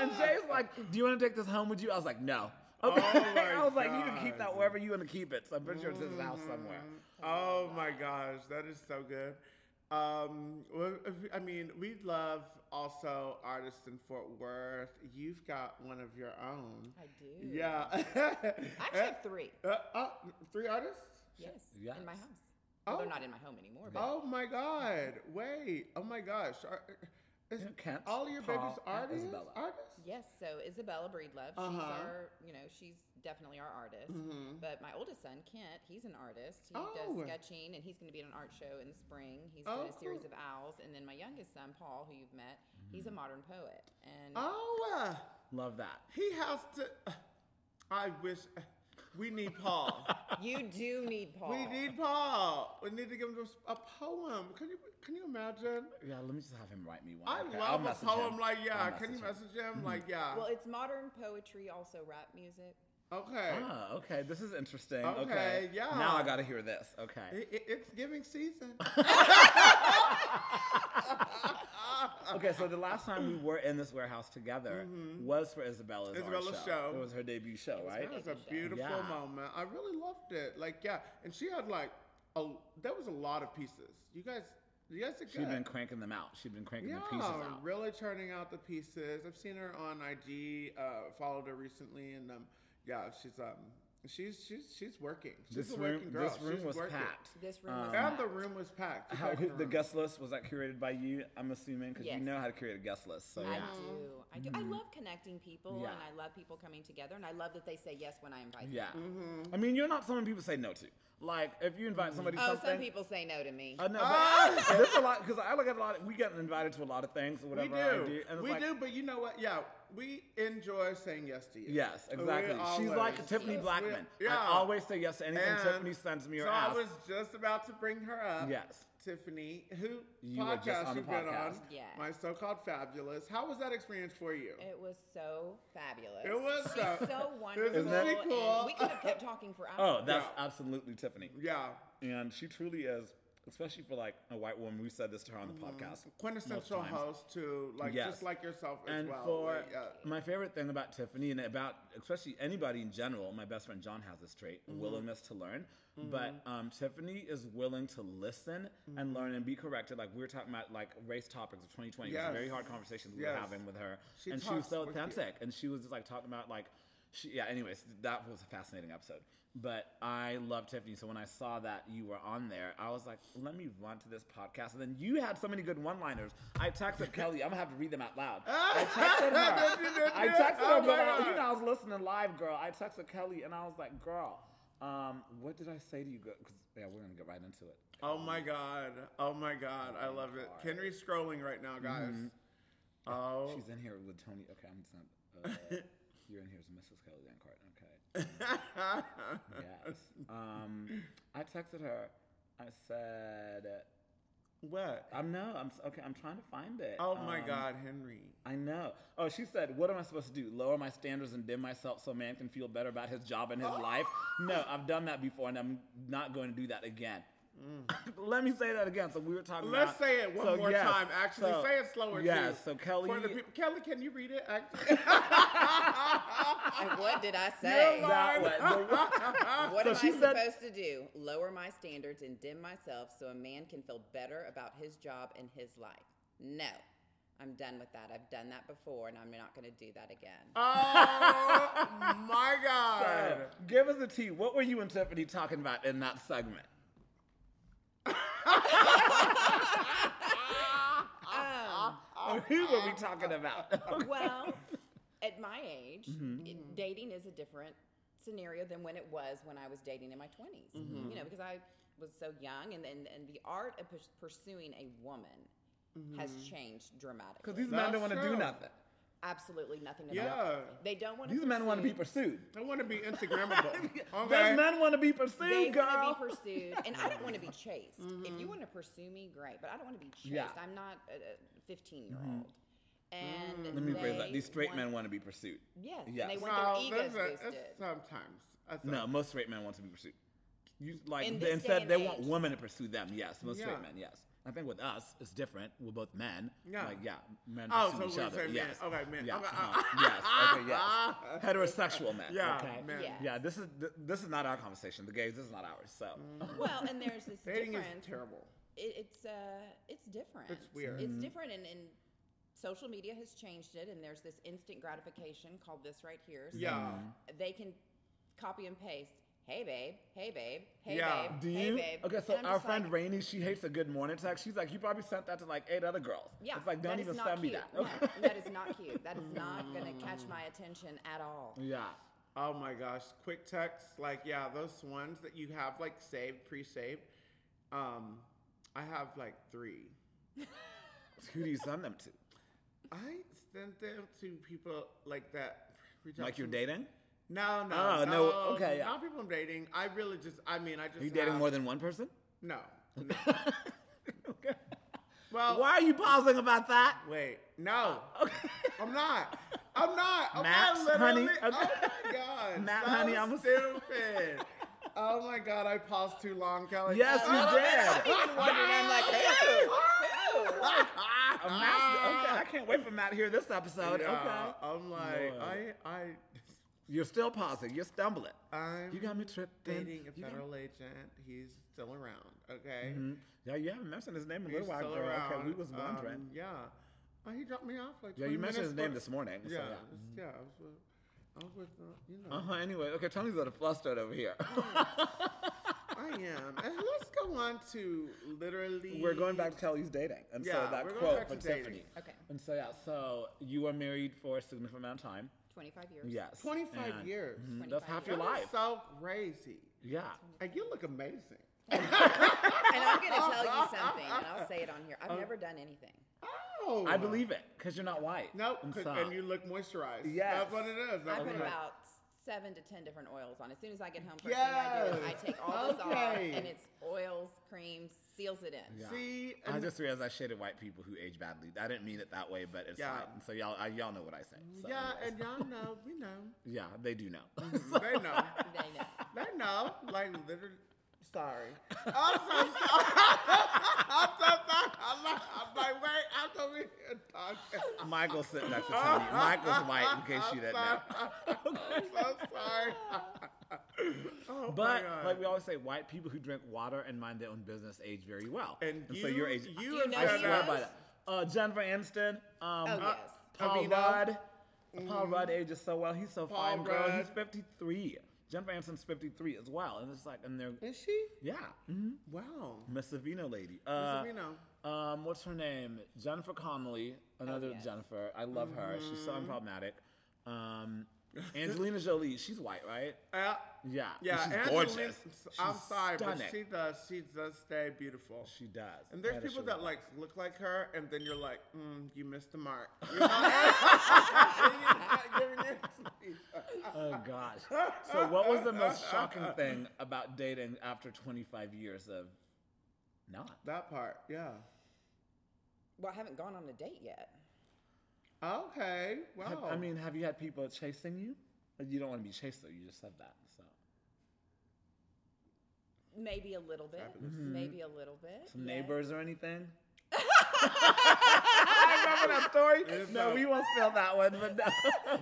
A: And Jay's like, "Do you want to take this home with you?" I was like, "No." Okay.
B: Oh my
A: I was like, "You can keep
B: God.
A: that wherever you want to keep it." So I'm pretty sure it's his house somewhere.
B: Oh my gosh, that is so good. Um, well, if- I mean, we love also artists in Fort Worth. You've got one of your own.
C: I do.
B: Yeah.
C: I actually have three.
B: Uh, uh, three artists?
C: Yes.
A: Yes.
C: In my house. Well,
B: Oh.
C: they're not in my home anymore, but
B: Oh my God. Wait. Oh my gosh. Are, is
A: Yeah, Kent,
B: all your
A: Paul,
B: babies
A: and
B: artists?
A: Isabella.
B: Artists?
C: yes. So Isabella Breedlove, she's
B: Uh-huh. Mm-hmm.
C: our, you know, she's definitely our artist. But my oldest son, Kent, he's an artist. He
B: Oh.
C: does sketching, and he's going to be at an art show in the spring. He's
B: Oh,
C: doing a series
B: cool. Mm-hmm.
C: of owls, and then my youngest son, Paul, who you've met, he's a modern poet. And
B: Oh. Uh,
A: Love that.
B: he has to. uh, I wish. uh, We need Paul.
C: you do need Paul.
B: We need Paul. We need to give him a poem. Can you can you imagine?
A: Yeah, let me just have him write me one.
B: I
A: Okay, I'll
B: love a
A: message
B: poem
A: him.
B: like yeah.
A: I'll
B: Can you
A: him.
B: message him like yeah?
C: Well, it's modern poetry, also rap music.
B: okay.
A: Ah, okay. This is interesting.
B: Okay,
A: Okay,
B: yeah.
A: Now I gotta hear this. Okay.
B: It- it- it's giving season.
A: Okay. So the last time we were in this warehouse together was for Isabella's, art
B: Mm-hmm. Isabella's
A: show.
B: show.
A: It was her debut show, right?
B: That was a beautiful
A: Yeah.
B: moment. I really loved it. Like yeah, and she had like a there was a lot of pieces. You guys, you guys did good.
A: She'd been cranking them out. She'd been cranking
B: yeah,
A: the pieces out.
B: really turning out the pieces. I've seen her on IG. Uh, followed her recently, and um, yeah, she's um, She's she's she's working. She's
A: This
B: a
A: room,
B: working girl.
A: this room
B: she's
A: was
B: working.
A: packed. Um,
C: This room was
B: And
C: packed.
B: the room was packed.
A: How,
B: Packed
A: who, the
B: room.
A: guest list was that curated by you? I'm assuming because
C: Yes.
A: you know how to curate a guest list. So
C: I
A: yeah,
C: do. I do. I
B: Mm-hmm.
C: love connecting people,
A: Yeah.
C: and I love people coming together, and I love that they say yes when I invite
A: yeah.
B: Mm-hmm.
A: I mean, you're not someone people say no to. Like if you invite somebody,
C: them. Oh,
A: something,
C: some people say no to me.
A: I know, but
B: Ah!
A: there's a lot because I look at a lot. We get invited to a lot of things or
B: We
A: whatever. I
B: do.
A: do and it's
B: we
A: like,
B: do, but you know what? Yeah, we enjoy saying yes to you.
A: Yes,
B: We
A: exactly. She's like
B: always-
A: Tiffany
B: Yes,
A: Blackman.
B: we- Yeah.
A: I always say yes to anything
B: And
A: Tiffany sends me or
B: so
A: asks.
B: I was just about to bring her up.
A: Yes.
B: Tiffany, who
A: You were
B: podcast
A: just on the
B: you've been on?
A: podcast.
C: Yeah.
B: My so-called fabulous. How was that experience for you?
C: It was so fabulous.
B: It was so-
C: She's so
B: Isn't
C: wonderful.
A: that-
C: and
B: cool?
C: we could have kept talking for
A: oh,
C: hours.
A: that's
B: Yeah.
A: absolutely Tiffany,
B: yeah.
A: and she truly is, especially for like a white woman. We said this to her on the
B: Mm-hmm.
A: podcast.
B: Quintessential
A: multiple times.
B: host to like
A: Yes.
B: just like yourself as
A: And
B: well.
A: for
B: Like, uh, yeah.
A: my favorite thing about Tiffany and about especially anybody in general, my best friend John has this trait,
B: Mm-hmm.
A: a willingness to learn. But um, Tiffany is willing to listen
B: Mm-hmm.
A: and learn and be corrected. Like we were talking about like race topics of 2020. It was
B: Yes.
A: a very hard conversation we
B: Yes.
A: were having with her.
B: She
A: and she was
B: talks
A: so
B: with you.
A: authentic. And she was just like talking about like she, yeah, anyways, that was a fascinating episode. But I love Tiffany. So when I saw that you were on there, I was like, let me run to this podcast. And then you had so many good one liners. I texted Kelly, I'm gonna have to read them out loud. I texted her. I texted her,
B: Oh
A: but
B: my
A: uh,
B: God.
A: you know, I was listening live, girl. I texted Kelly and I was like, girl, um, what did I say to you? girl? 'Cause, yeah, we're gonna get right into it.
B: Oh my god. Oh my god. I love it. Kenry's scrolling right now, guys. Oh.
A: She's in here with Tony. Okay, I'm just not. Uh, you're in here as Mrs. Kelly Van Carton. Okay. Yes. Um, I texted her. I said,
B: what?
A: I'm no. I'm s- okay. I'm trying to find it.
B: Oh my
A: Um,
B: god, Henry.
A: I know. Oh, she said, "What am I supposed to do? Lower my standards and dim myself so a man can feel better about his job and his life?" No, I've done that before, and I'm not going to do that again. Let me say that again. So we were talking.
B: Mm. Let's
A: about-
B: say it one
A: so,
B: more
A: yes.
B: time. Actually,
A: So,
B: say it slower
A: Yes.
B: too.
A: So Kelly,
B: For the people, Kelly, can you read it? Act-
C: And what did I say?
B: You're
A: that
B: Lord.
A: one. The one-
C: What
A: So
C: am
A: she
C: I
A: said-
C: supposed to do? Lower my standards and dim myself so a man can feel better about his job and his life. No. I'm done with that. I've done that before and I'm not going to do that again.
A: Uh-huh.
B: oh my god.
A: Uh, give us a tea. What were you and Tiffany talking about in that segment?
B: Ah.
A: Who were we talking about?
C: Um, well, at my age,
A: Mm-hmm.
C: it- dating is a different scenario than when it was when I was dating in my 20s.
A: Mm-hmm.
C: You know, because I was so young and, and, and the art of pers- pursuing a woman has changed
A: Mm-hmm. Because
C: dramatically.
A: these men
B: That's
A: don't want to do
B: true.
A: nothing.
C: Absolutely nothing to
B: Yeah.
C: They don't want to
A: These men want to be pursued.
B: I want to be Instagrammable.
A: Those
B: Okay.
A: men want to be
C: They
A: pursued, girl.
C: want to be pursued, and I don't want to be chased. If you want to pursue me, great, but I don't want to be chased.
A: Yeah.
C: I'm not a fifteen-year-old. And
A: Let me phrase that.
C: they
A: These straight
C: want-
A: men want to be pursued.
C: yes, and
A: Yes.
C: they want
B: No,
C: their egos
B: that's a- that's
C: boosted.
B: sometimes. That's a-
A: No, most straight men want to be pursued. You like
C: In
A: they-
C: this day
A: instead
C: and
A: they want
C: age.
A: women to pursue them. Yes, most
B: Yeah.
A: straight men. Yes, I think with us it's different. We're both men.
B: Yeah.
A: like, yeah, men pursue
B: Oh, so we're
A: each other.
B: saying men.
A: yes,
B: Okay, men.
A: Yeah,
B: Okay,
A: uh-huh. yes, okay, yes. Heterosexual men.
B: Yeah,
A: okay?
B: men.
C: Yes.
A: yeah. This is th- this is not our conversation. The gays. This is not ours. So
C: Well, and there's this
B: Dating is
C: difference.
B: terrible.
C: It, it's uh, it's different.
B: It's weird.
C: It's different, and, and social media has changed it. And there's this instant gratification called this right here. So
B: Yeah.
C: they can copy and paste. Hey babe. Hey babe. Hey
B: Yeah.
C: babe.
A: do
C: hey
A: you?
C: babe.
A: Okay, so
C: And I'm
A: our
C: just
A: friend
C: like,
A: Rainey, she hates a good morning text. She's like, you probably sent that to like eight other girls.
C: Yeah,
A: it's like don't
C: that is
A: even
C: not
A: send me
C: cute.
A: that.
C: No, that is not cute. That is not going to catch my attention at all.
A: yeah.
B: Oh my gosh, quick texts like yeah, those ones that you have like saved, pre-saved. Um, I have like three.
A: Who do you send them to?
B: I send them to people like that. reach out
A: Like
B: to
A: you're
B: me.
A: dating?
B: No, no,
A: Oh,
B: no.
A: no, okay, yeah.
B: Not people I'm dating. I really just. I mean, I just.
A: Are you dating
B: have-
A: more than one person?
B: No. no.
A: okay.
B: Well,
A: Why are you pausing about that?
B: Wait, no. I'm not. I'm not. I'm
A: Maps,
B: not literally.
A: honey.
B: Oh my god.
A: Map,
B: so
A: honey, I'm a-
B: stupid. oh my god, I paused too long, Kelly.
A: Yes,
B: Oh,
A: you did.
C: Even wondering, I'm like, who? Who?
A: A master- okay, I can't wait for Matt to hear this episode.
B: yeah,
A: Okay.
B: I'm like,
A: Lord.
B: I, I,
A: You're still pausing. You're stumbling.
B: I'm
A: you got me tripping.
B: dating a
A: You got-
B: federal agent. He's still around. Okay.
A: Yeah, you haven't mentioned his name in a
B: He's
A: little while,
B: still
A: girl.
B: around.
A: Okay, we was wondering.
B: Um, yeah. Oh, he dropped me off like.
A: yeah, you
B: 20
A: mentioned his
B: minutes
A: name this morning. so
B: Yeah.
A: yeah.
B: it's- Yeah. it was, uh, I was not, you know.
A: Uh huh. Anyway, okay. Tony's a little flustered over here.
B: I am. And let's go on to literally.
A: we're going back to Kelly's dating, and
B: Yeah,
A: so that
B: we're going
A: quote
B: back to
A: from
B: dating.
A: Tiffany.
C: Okay.
A: And so yeah, so you were married for a significant amount of time.
C: 25 years.
A: Yes.
B: 25
A: And-
B: years.
A: Mhm, That's
C: 25
A: half your
B: That is
A: life.
B: so crazy.
A: Yeah.
B: And you look amazing.
C: And I'm going to tell you something, and I'll say it on here.
A: Um,
C: I've never done anything.
B: Oh.
A: I believe it because you're not white.
B: No,
A: And so-
B: and you look moisturized.
A: Yes.
B: That's what it is. That's
C: I put
B: what it is.
C: about seven to 10 different oils on. As soon as I get home, first thing I do is I
B: Yes.
C: take all this off,
B: Okay.
C: and it's oils, creams, seals it in.
A: Yeah.
B: See,
A: I
B: and-
A: just realized I shaded white people who age badly. I didn't mean it that way, but it's
B: Yeah.
A: fine. So y'all, I, y'all know what I say. So
B: Yeah,
A: anyways.
B: and y'all know, we know.
A: yeah, they do know.
B: they know.
C: They know.
B: They know. Like, literally. Sorry. I'm so sorry. I'm so sorry. I'm like, I'm like wait, I'm over here talking.
A: Michael's sitting next to Tony. Michael's white, in case you didn't know.
B: Oh I'm so sorry. oh
A: But
B: my God.
A: like we always say, white people who drink water and mind their own business age very well.
B: and, you,
A: so your age,
B: you,
C: You
B: have
C: know
A: I
B: said
C: he
A: swear
B: that.
C: was?
A: by that. Uh, Jennifer Aniston, um,
B: Oh, Uh,
C: yes.
A: Paul
B: Avila.
A: Rudd. Mm-hmm. Paul Rudd ages so well. He's so
B: Paul
A: fine, girl. He's
B: Rudd.
A: 53. Jennifer Aniston's 53 as well, and it's like, and they're
B: Is she?
A: yeah, mm-hmm.
B: Wow.
A: Miss Savino lady. Uh,
B: Savino.
A: Um, what's her name? Jennifer Connelly,
B: Oh,
A: another
C: yes.
A: Jennifer. I love her. She's so
B: Mm-hmm.
A: unproblematic. Um, Angelina Jolie, she's white, right?
B: Uh,
A: Yeah.
B: yeah,
A: and she's
B: Angelina-
A: gorgeous.
B: I'm
A: She's
B: sorry,
A: stunning.
B: but she does. She does stay beautiful.
A: She does.
B: And there's
A: That is
B: people
A: true.
B: that like look like her, and then you're like, mm, you missed the mark. You're not- uh, you're not giving it-
A: Oh gosh. So what was the most shocking thing about dating after 25 years of not?
B: that part, yeah.
C: Well, I haven't gone on a date yet.
B: Okay, wow.
A: Have- I mean, have you had people chasing you? Like, You don't want to be chased though. You just said that. So
C: Maybe a little bit. Maybe a little bit.
A: Mm-hmm. some
C: yes.
A: neighbors or anything? I remember that story. No, we won't spill that one, but no,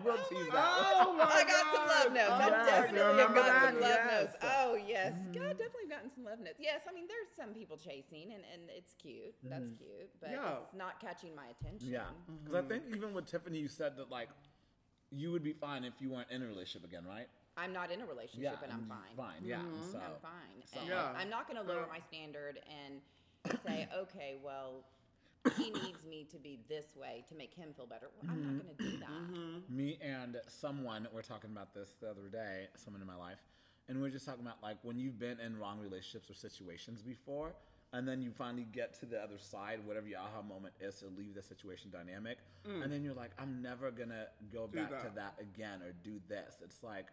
A: we'll tease that.
B: oh my
C: I got some love notes.
A: Oh, yes,
B: God.
C: I definitely have
A: remember
C: got some
A: that?
C: love
A: Yes. Mm-hmm.
C: notes. Oh yes, God, I've definitely gotten some love notes. Yes, I mean there's some people chasing, and, and it's cute. That's cute, but
B: Yeah.
C: it's not catching my attention.
A: Mm-hmm. Yeah, because I think even with Tiffany, you said that like you would be fine if you weren't in a relationship again, right?
C: I'm not in a relationship, and I'm fine.
A: mm,
C: Mm-hmm.
A: Fine. Yeah. So Uh.
C: I'm fine. And
B: Yeah.
C: I'm not going to lower my standard and say, okay, well, he needs me to be this way to make him feel better. Well, I'm not going to do that.
A: Mm-hmm.
B: Mm-hmm.
A: Me and someone were talking about this the other day, someone in my life, and we are just talking about like when you've been in wrong relationships or situations before, and then you finally get to the other side, whatever your aha moment is to leave the situation dynamic, and then you're like, I'm never gonna go back to
B: that.
A: that again or do this. It's like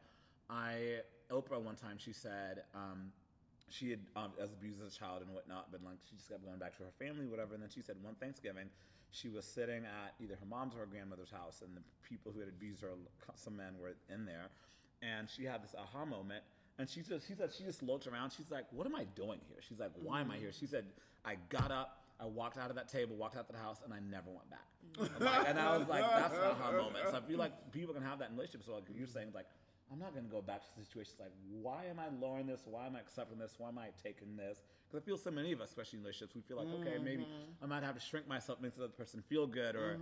A: I Oprah one time she said um, she had um, as abused as a child and whatnot, but like she just kept going back to her family, whatever. And then she said one Thanksgiving she was sitting at either her mom's or her grandmother's house, and the people who had abused her, some men were in there, and she had this aha moment. And she just, she said, she just looked around. She's like, "What am I doing here?" She's like, "Why am I here?" She said, "I got up, I walked out of that table, walked out the house, and I never went back." I'm like- and I was like, "That's an aha moment." So I feel like people can have that in relationships. So like you're saying, like, I'm not going to go back to situations like, why am I lowering this? Why am I accepting this? Why am I taking this? Because I feel so many of us, especially in relationships, we feel like, okay, maybe I might have to shrink myself to make the other person feel good, or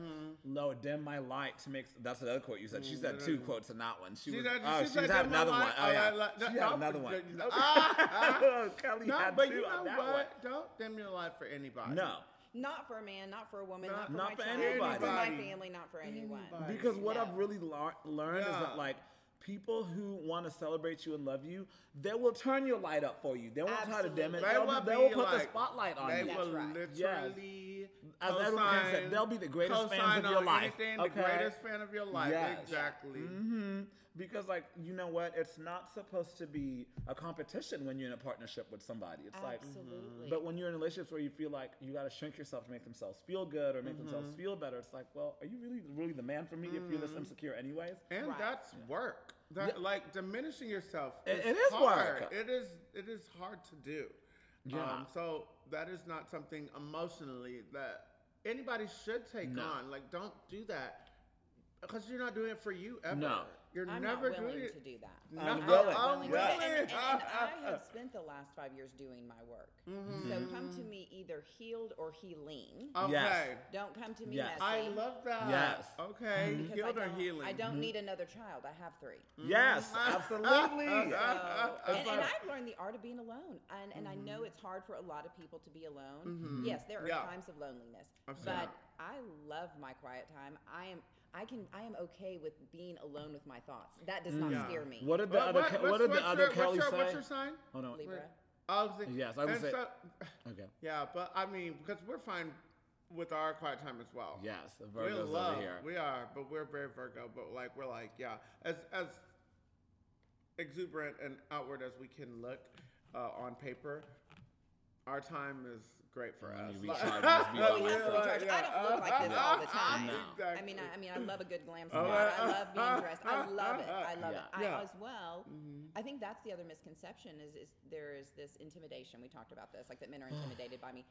A: lower dim my light to make. That's another quote you said. She said two quotes in that one. She
B: She
A: was,
B: said-
A: oh,
B: she
A: she
B: said
A: had
B: dim my
A: another one.
B: light,
A: Oh
B: I
A: yeah,
B: like-
A: she had
B: no,
A: another one. Oh,
B: no, ah,
A: Kelly
B: No,
A: had
B: but
A: two
B: you know
A: on that
B: what?
A: one.
B: Don't dim your light for anybody.
A: No.
C: Not for a man, not for a woman,
B: Not-
C: not, for
A: Mm-hmm. not
C: my
A: for anybody.
C: child, not for my
B: Anybody.
C: family, not for anyone.
B: Anybody.
A: Because what
C: Yeah.
A: I've really lar- learned is
B: Yeah.
A: that like people who want to celebrate you and love you, they will turn your light up for you. They won't try to dim it.
B: They
A: They'll,
B: will,
A: be- they will
B: be
A: put the
B: like-
A: spotlight on
B: they
A: you.
B: will
C: right.
B: literally.
A: As Edward Kemp said,
B: cosign-
A: they'll be the greatest fans
B: cosign
A: of your
B: on
A: life,
B: Anything, The
A: okay?
B: greatest fan of your life.
A: Yes.
B: Exactly.
A: hmm Because like you know what, it's not supposed to be a competition when you're in a partnership with somebody. It's
C: Absolutely.
A: like, mm-hmm. but when you're in relationships where you feel like you got to shrink yourself to make themselves feel good or make
B: Mm-hmm.
A: themselves feel better, it's like, well, are you really really the man for me if
B: Mm-hmm.
A: you're this insecure anyways?
B: And
C: Right.
B: that's work. That like diminishing yourself.
A: It- it is
B: hard.
A: work.
B: It is it is hard to do.
A: Yeah.
B: Um, so that is not something emotionally that anybody should take
A: No.
B: on. Like don't do that. Because you're not doing it for you ever.
A: No.
B: You're
C: I'm
B: never
C: not willing
B: doing it.
C: to do that.
B: No,
C: I'm
D: I'm
C: not
D: willing.
C: willing to do
D: Yeah.
C: that. And, and, and I have spent the last five years doing my work.
B: Mm-hmm.
C: So come to me either healed or healing.
B: Okay.
A: Yes.
C: Don't come to me
A: Yes.
C: messy.
B: Uh, I love that.
A: Yes. Mm-hmm.
B: Okay.
C: because
B: Healed
C: I
B: or
C: don't,
B: healing? Mm-hmm.
C: I don't need another child. I have three.
A: Yes, absolutely.
C: So,
B: It's
C: and, and
B: like-
C: I've learned the art of being alone, and, and I know it's hard for a lot of people to be alone. Yes, there
B: Mm-hmm.
C: are
B: Yeah.
C: times of loneliness,
B: Absolutely.
C: but I love my quiet time. I am I can I am okay with being alone with my thoughts. That does not
B: Mm-hmm. Yeah.
C: scare me.
A: What did the other Ke- what,
B: what's-
A: did
B: what's
A: the other
B: your,
A: Kelly
B: what's your,
A: say?
B: What's your sign?
A: Hold on.
C: Libra.
B: I was thinking,
A: Yes, I would
B: and
A: say-
B: so-
A: Okay.
B: yeah, but I mean, because we're fine with our quiet time as well.
A: Yes, the
B: we
A: Virgo's
B: love.
A: over here.
B: We are, but we're very Virgo. But like, we're like, yeah, as as exuberant and outward as we can look uh, on paper, our time is great for
A: When
B: us.
A: you recharge, must be
C: Well,
A: over.
C: we have to
B: Yeah,
C: recharge. I don't look like this all the time.
A: No.
B: Exactly.
C: I mean, I, I mean, I love a good glam squad. I love being dressed. I love it. I love it. I,
B: Oh, Yeah. Mm-hmm.
C: As well, I think that's the other misconception is is there is this intimidation. We talked about this, like that men are intimidated by me.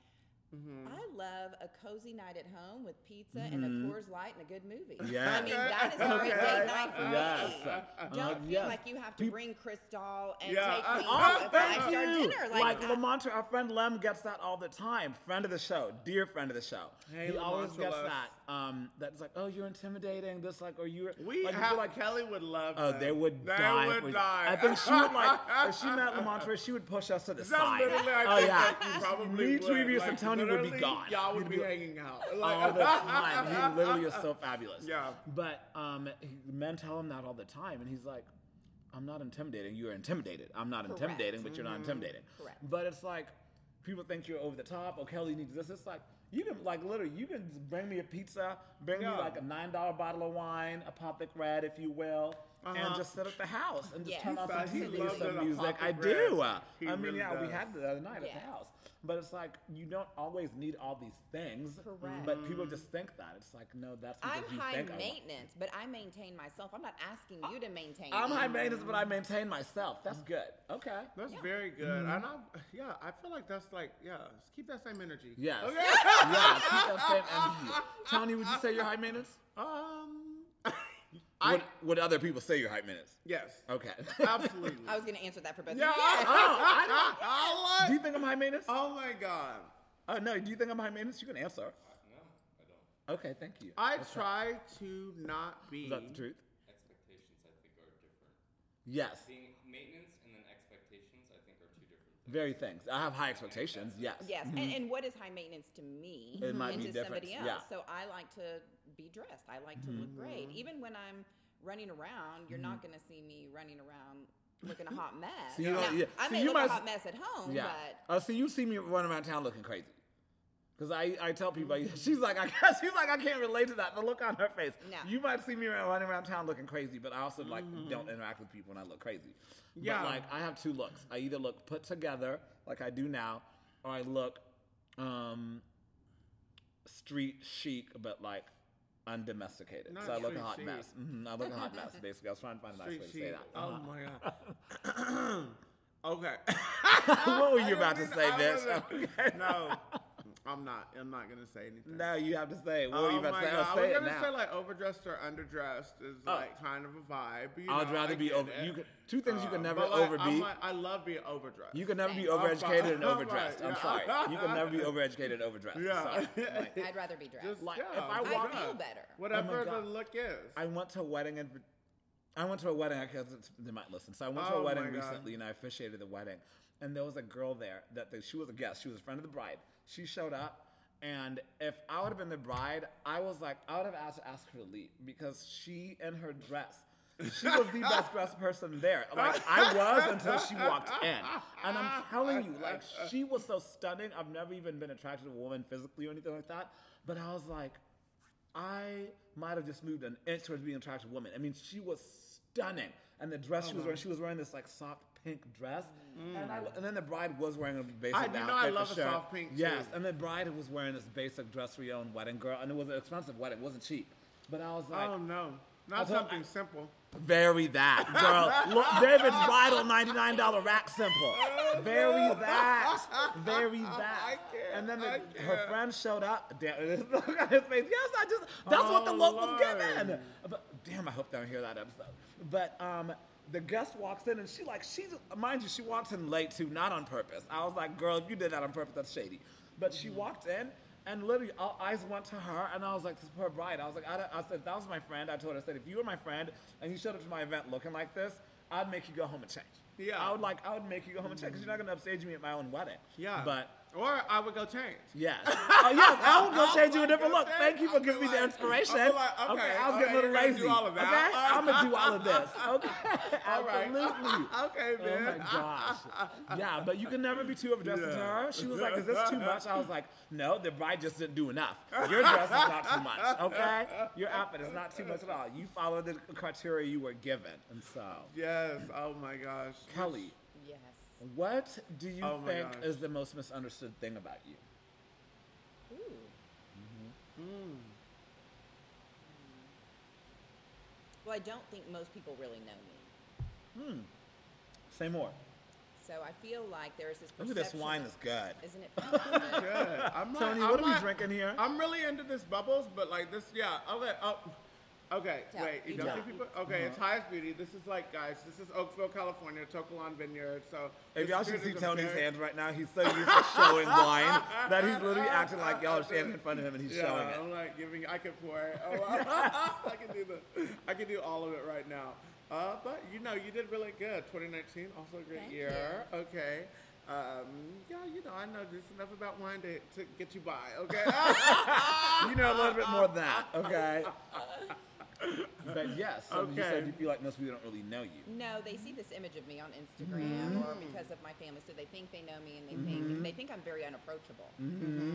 B: Mm-hmm.
C: I love a cozy night at home with pizza and a Coors Light and a good movie. I
A: Mm-hmm. Yes.
C: mean, that is a
B: Okay.
C: great
B: Uh,
C: date night for
A: Yes.
C: me.
A: I'm
C: Don't
A: like,
C: feel
A: yes.
C: like you have to bring Crystal and
B: Yeah.
C: take me
A: Oh,
C: to a
A: thank
C: five-star
A: you.
C: dinner.
A: Like,
C: I-
A: Lamontre, our friend Lem gets that all the time. Friend of the show, dear friend of the show.
B: Hey,
A: he always
B: Lamontre
A: gets
B: loves-
A: that. Um, that's like, oh, you're intimidating. This like, or you're.
B: we
A: like,
B: have
A: you're like,
B: Kelly would love.
A: oh,
B: them.
A: they would
B: They
A: die.
B: would
A: for-
B: die.
A: I think she would like. if she met Lamontre, she would push us to the
B: No,
A: side.
B: literally, I
A: oh
B: think
A: yeah,
B: that you probably
A: me,
B: would.
A: Trevious,
B: Like,
A: and Tony would be
B: literally,
A: gone.
B: Y'all would
A: You'd
B: be
A: like,
B: hanging out.
A: all
B: Like,
A: the time. He literally is so fabulous.
B: Yeah.
A: But um, he- men tell him that all the time, and he's like, "I'm not intimidating. You're intimidated. I'm not
C: Correct.
A: intimidating, but you're
B: Mm-hmm.
A: not intimidating."
C: Correct.
A: But it's like people think you're over the top. Oh, Kelly needs this. It's like you can like literally you can bring me a pizza, bring me
B: Yeah.
A: like a nine dollar bottle of wine, a Poppic Red, if you will.
B: Uh-huh.
A: And just sit at the house and just
C: Yes.
A: turn on some
B: He
A: TV or
B: loves it,
A: some
B: a
A: music. I
B: Poppic
A: do. Uh,
B: Red. He
A: I mean,
B: really
A: yeah, we
B: does.
A: had that the other night at
C: Yes.
A: the house. But it's like you don't always need all these things.
C: Correct.
A: But people just think that. It's like, no, that's because
C: I'm
A: you
C: high
A: think I want-
C: maintenance, but I maintain myself. I'm not asking you to maintain.
A: I'm
C: me.
A: high maintenance, but I maintain myself. That's good. Okay.
B: That's
C: Yeah.
B: very good.
A: Mm-hmm.
B: And I, yeah, I feel like that's like, yeah, just keep that same energy.
A: Yes.
B: Okay.
A: yeah, keep that same energy. Tony, would you say you're high maintenance?
B: Um. I
A: would, would other people say you're high maintenance?
B: yes.
A: Okay. Oh,
B: Absolutely.
C: I was going to answer that for both. of you.
B: yeah.
C: Yes.
A: I
B: I, I
A: do you
B: like-
A: think I'm high maintenance? Oh,
B: oh my god.
A: no. Do you think I'm high maintenance? You can answer.
E: No, I don't.
A: Okay, thank you.
B: I try to not be.
A: Is that the truth?
E: Expectations, I think, are different.
A: Yes.
E: Being maintenance and then expectations, I think, are two different things.
A: Very things. I have high expectations. Yes.
C: Yes, and, and what is high maintenance to me
A: It might
C: and
A: be
C: to
A: different,
C: somebody else?
A: yeah. Mm-hmm.
C: So I like to be dressed. I like to look great, even when I'm running around. You're not going to see me running around looking a hot mess.
A: So you
C: Now,
A: don't- yeah.
C: I
A: So
C: may
A: you
C: look
A: must-
C: a hot mess at home,
A: Yeah.
C: but
A: Oh, so you see me running around town looking crazy. Cause I, I tell people she's like I can't, she's like I can't relate to that. The look on her face.
C: No.
A: You might see me around- running around town looking crazy, but I also like don't interact with people when I look crazy.
B: Mm-hmm. Yeah.
A: But like I have two looks. I either look put together like I do now, or I look um street chic but like undomesticated.
B: Not
A: so I look a
B: street
A: hot
B: chic.
A: mess. hmm I look a hot mess basically. I was trying to find a nice
B: She-
A: way to
B: she-
A: say that. Uh-huh.
B: Oh my god. okay.
A: what were
B: I
A: you about to
B: didn't
A: say,
B: mean- I
A: bitch?
B: wasn't-
A: Okay.
B: No, I'm not. I'm not gonna say anything.
A: No, you have to say it. What were you
B: oh
A: about
B: my
A: to say?
B: god!
A: I'll
B: I
A: say
B: was
A: it
B: gonna
A: now.
B: say like overdressed or underdressed is
A: Oh.
B: like kind of a vibe. you
A: I'd
B: know,
A: rather
B: I
A: be
B: get
A: over.
B: it.
A: You could, two things you
B: Uh,
A: can never
B: but, like,
A: overbe.
B: I'm like- I love being overdressed.
A: you can never be
C: Same.
A: overeducated and
B: I'm fine.
A: overdressed. I'm
B: Yeah.
A: sorry. You can never be overeducated and overdressed. I'm
B: Yeah.
A: sorry. Like,
C: I'd oh rather be dressed.
B: Just,
A: Like,
B: yeah,
A: if I
B: be
A: walk-
B: dressed.
C: I feel better.
B: Whatever the
A: God.
B: look is.
A: I went to a wedding and I went to a wedding because they might listen. So I went to
B: Oh
A: a
B: my
A: wedding
B: God.
A: recently and I officiated the wedding. And there was a girl there that they, she was a guest. She was a friend of the bride. She showed up, and if I would have been the bride, I was like, I would have asked to ask her to leave because she in her dress. She was the best dressed person there. Like I was until she walked in. And I'm telling you, like she was so stunning. I've never even been attracted to a woman physically or anything like that. But I was like, I might have just moved an inch towards being an attractive woman. I mean, she was stunning. And the dress
B: Oh,
A: she was wearing, she was wearing this like soft pink dress. And, I, and then the bride was wearing a basic
B: Mm. I do know
A: outfit.
B: I
A: for
B: love a
A: sure.
B: soft pink,
A: Yes.
B: too.
A: And the bride was wearing this basic dress for your own wedding girl. And it was an expensive wedding, it wasn't cheap. But I was like,
B: oh no,
A: I
B: not
A: told-
B: something
A: I-
B: simple.
A: Very that, girl. Lo- David's bridal ninety-nine dollar rack simple. Very that, very
B: I
A: that.
B: can't,
A: And then
B: I
A: the, her
B: can't.
A: friend showed up. Damn, this look on his face. Yes, I just that's what the
B: Oh,
A: look was
B: Lord.
A: given. But damn, I hope they don't hear that episode. But um, the guest walks in and she like she mind you she walks in late too, not on purpose. I was like, girl, if you did that on purpose, that's shady. But
B: Mm-hmm.
A: she walked in. And literally, all eyes went to her, and I was like, "This poor bride." I was like, I, don't- I said, if "That was my friend." I told her, "I said if you were my friend and you showed up to my event looking like this, I'd make you go home and change."
B: Yeah. Mm-hmm.
A: I would like, I would make you go home and change because you're not gonna upstage me at my own wedding.
B: Yeah.
A: but
B: or I would go change.
A: Yes. oh yes, I will go
B: Oh
A: change you
B: my
A: a different look.
B: goodness.
A: Thank you for
B: I'll be
A: giving me the
B: like-
A: inspiration.
B: I'll be like, okay,
A: I was
B: okay,
A: getting a little
B: you're gonna
A: lazy.
B: do all of that.
A: Okay, I'm gonna do all of this. Okay,
B: All right.
A: absolutely.
B: Okay,
A: Oh
B: man.
A: my gosh. Yeah, but you can never be too overdressed to
B: Yeah.
A: her. She was like, Is this too much? I was like, No, the bride just didn't do enough. Your dress is not too much, okay? Your outfit is not too much at all. You follow the criteria you were given. And so,
B: Yes. Oh my gosh.
A: Kelly,
C: Yes.
A: what do you
B: Oh my
A: think
B: gosh.
A: is the most misunderstood thing about you?
C: Ooh.
A: Mm-hmm. Mm.
C: Well, I don't think most people really know me.
A: Say more.
C: So I feel like there is this
A: Look
C: perception.
A: at this wine is
C: of-
A: good.
C: Isn't it fantastic?
B: Good. I'm not,
A: Tony,
B: I'm
A: what are we
B: not-
A: drinking here?
B: I'm really into this bubbles, but like this, yeah. Okay. Oh, okay.
C: Yeah,
B: wait. You
C: you
B: don't
A: tell.
B: think people? Okay. It's
A: Uh-huh.
B: highest beauty. This is like, guys. This is Oakville, California, Tokalon Vineyard. So
A: If
B: the
A: y'all should
B: spirit
A: see
B: is a
A: Tony's
B: very-
A: hands right now, he's so used to showing wine that he's literally acting like y'all are standing in front of him and he's
B: Yeah,
A: showing it.
B: I'm like giving. I can pour it. Oh, I, I can do the. I can do all of it right now. Uh, but you know, you did really good. 2019, also a great
C: Thank
B: year. Okay. Um, yeah, you know, I know just enough about wine to, to get you by. Okay.
A: You know a little bit more than that, okay? But yes, so you said
B: Okay.
A: you feel like most people don't really know you.
C: No, they see this image of me on Instagram or
A: Mm-hmm.
C: because of my family, so they think they know me and they think they think I'm very unapproachable.
A: Mm-hmm.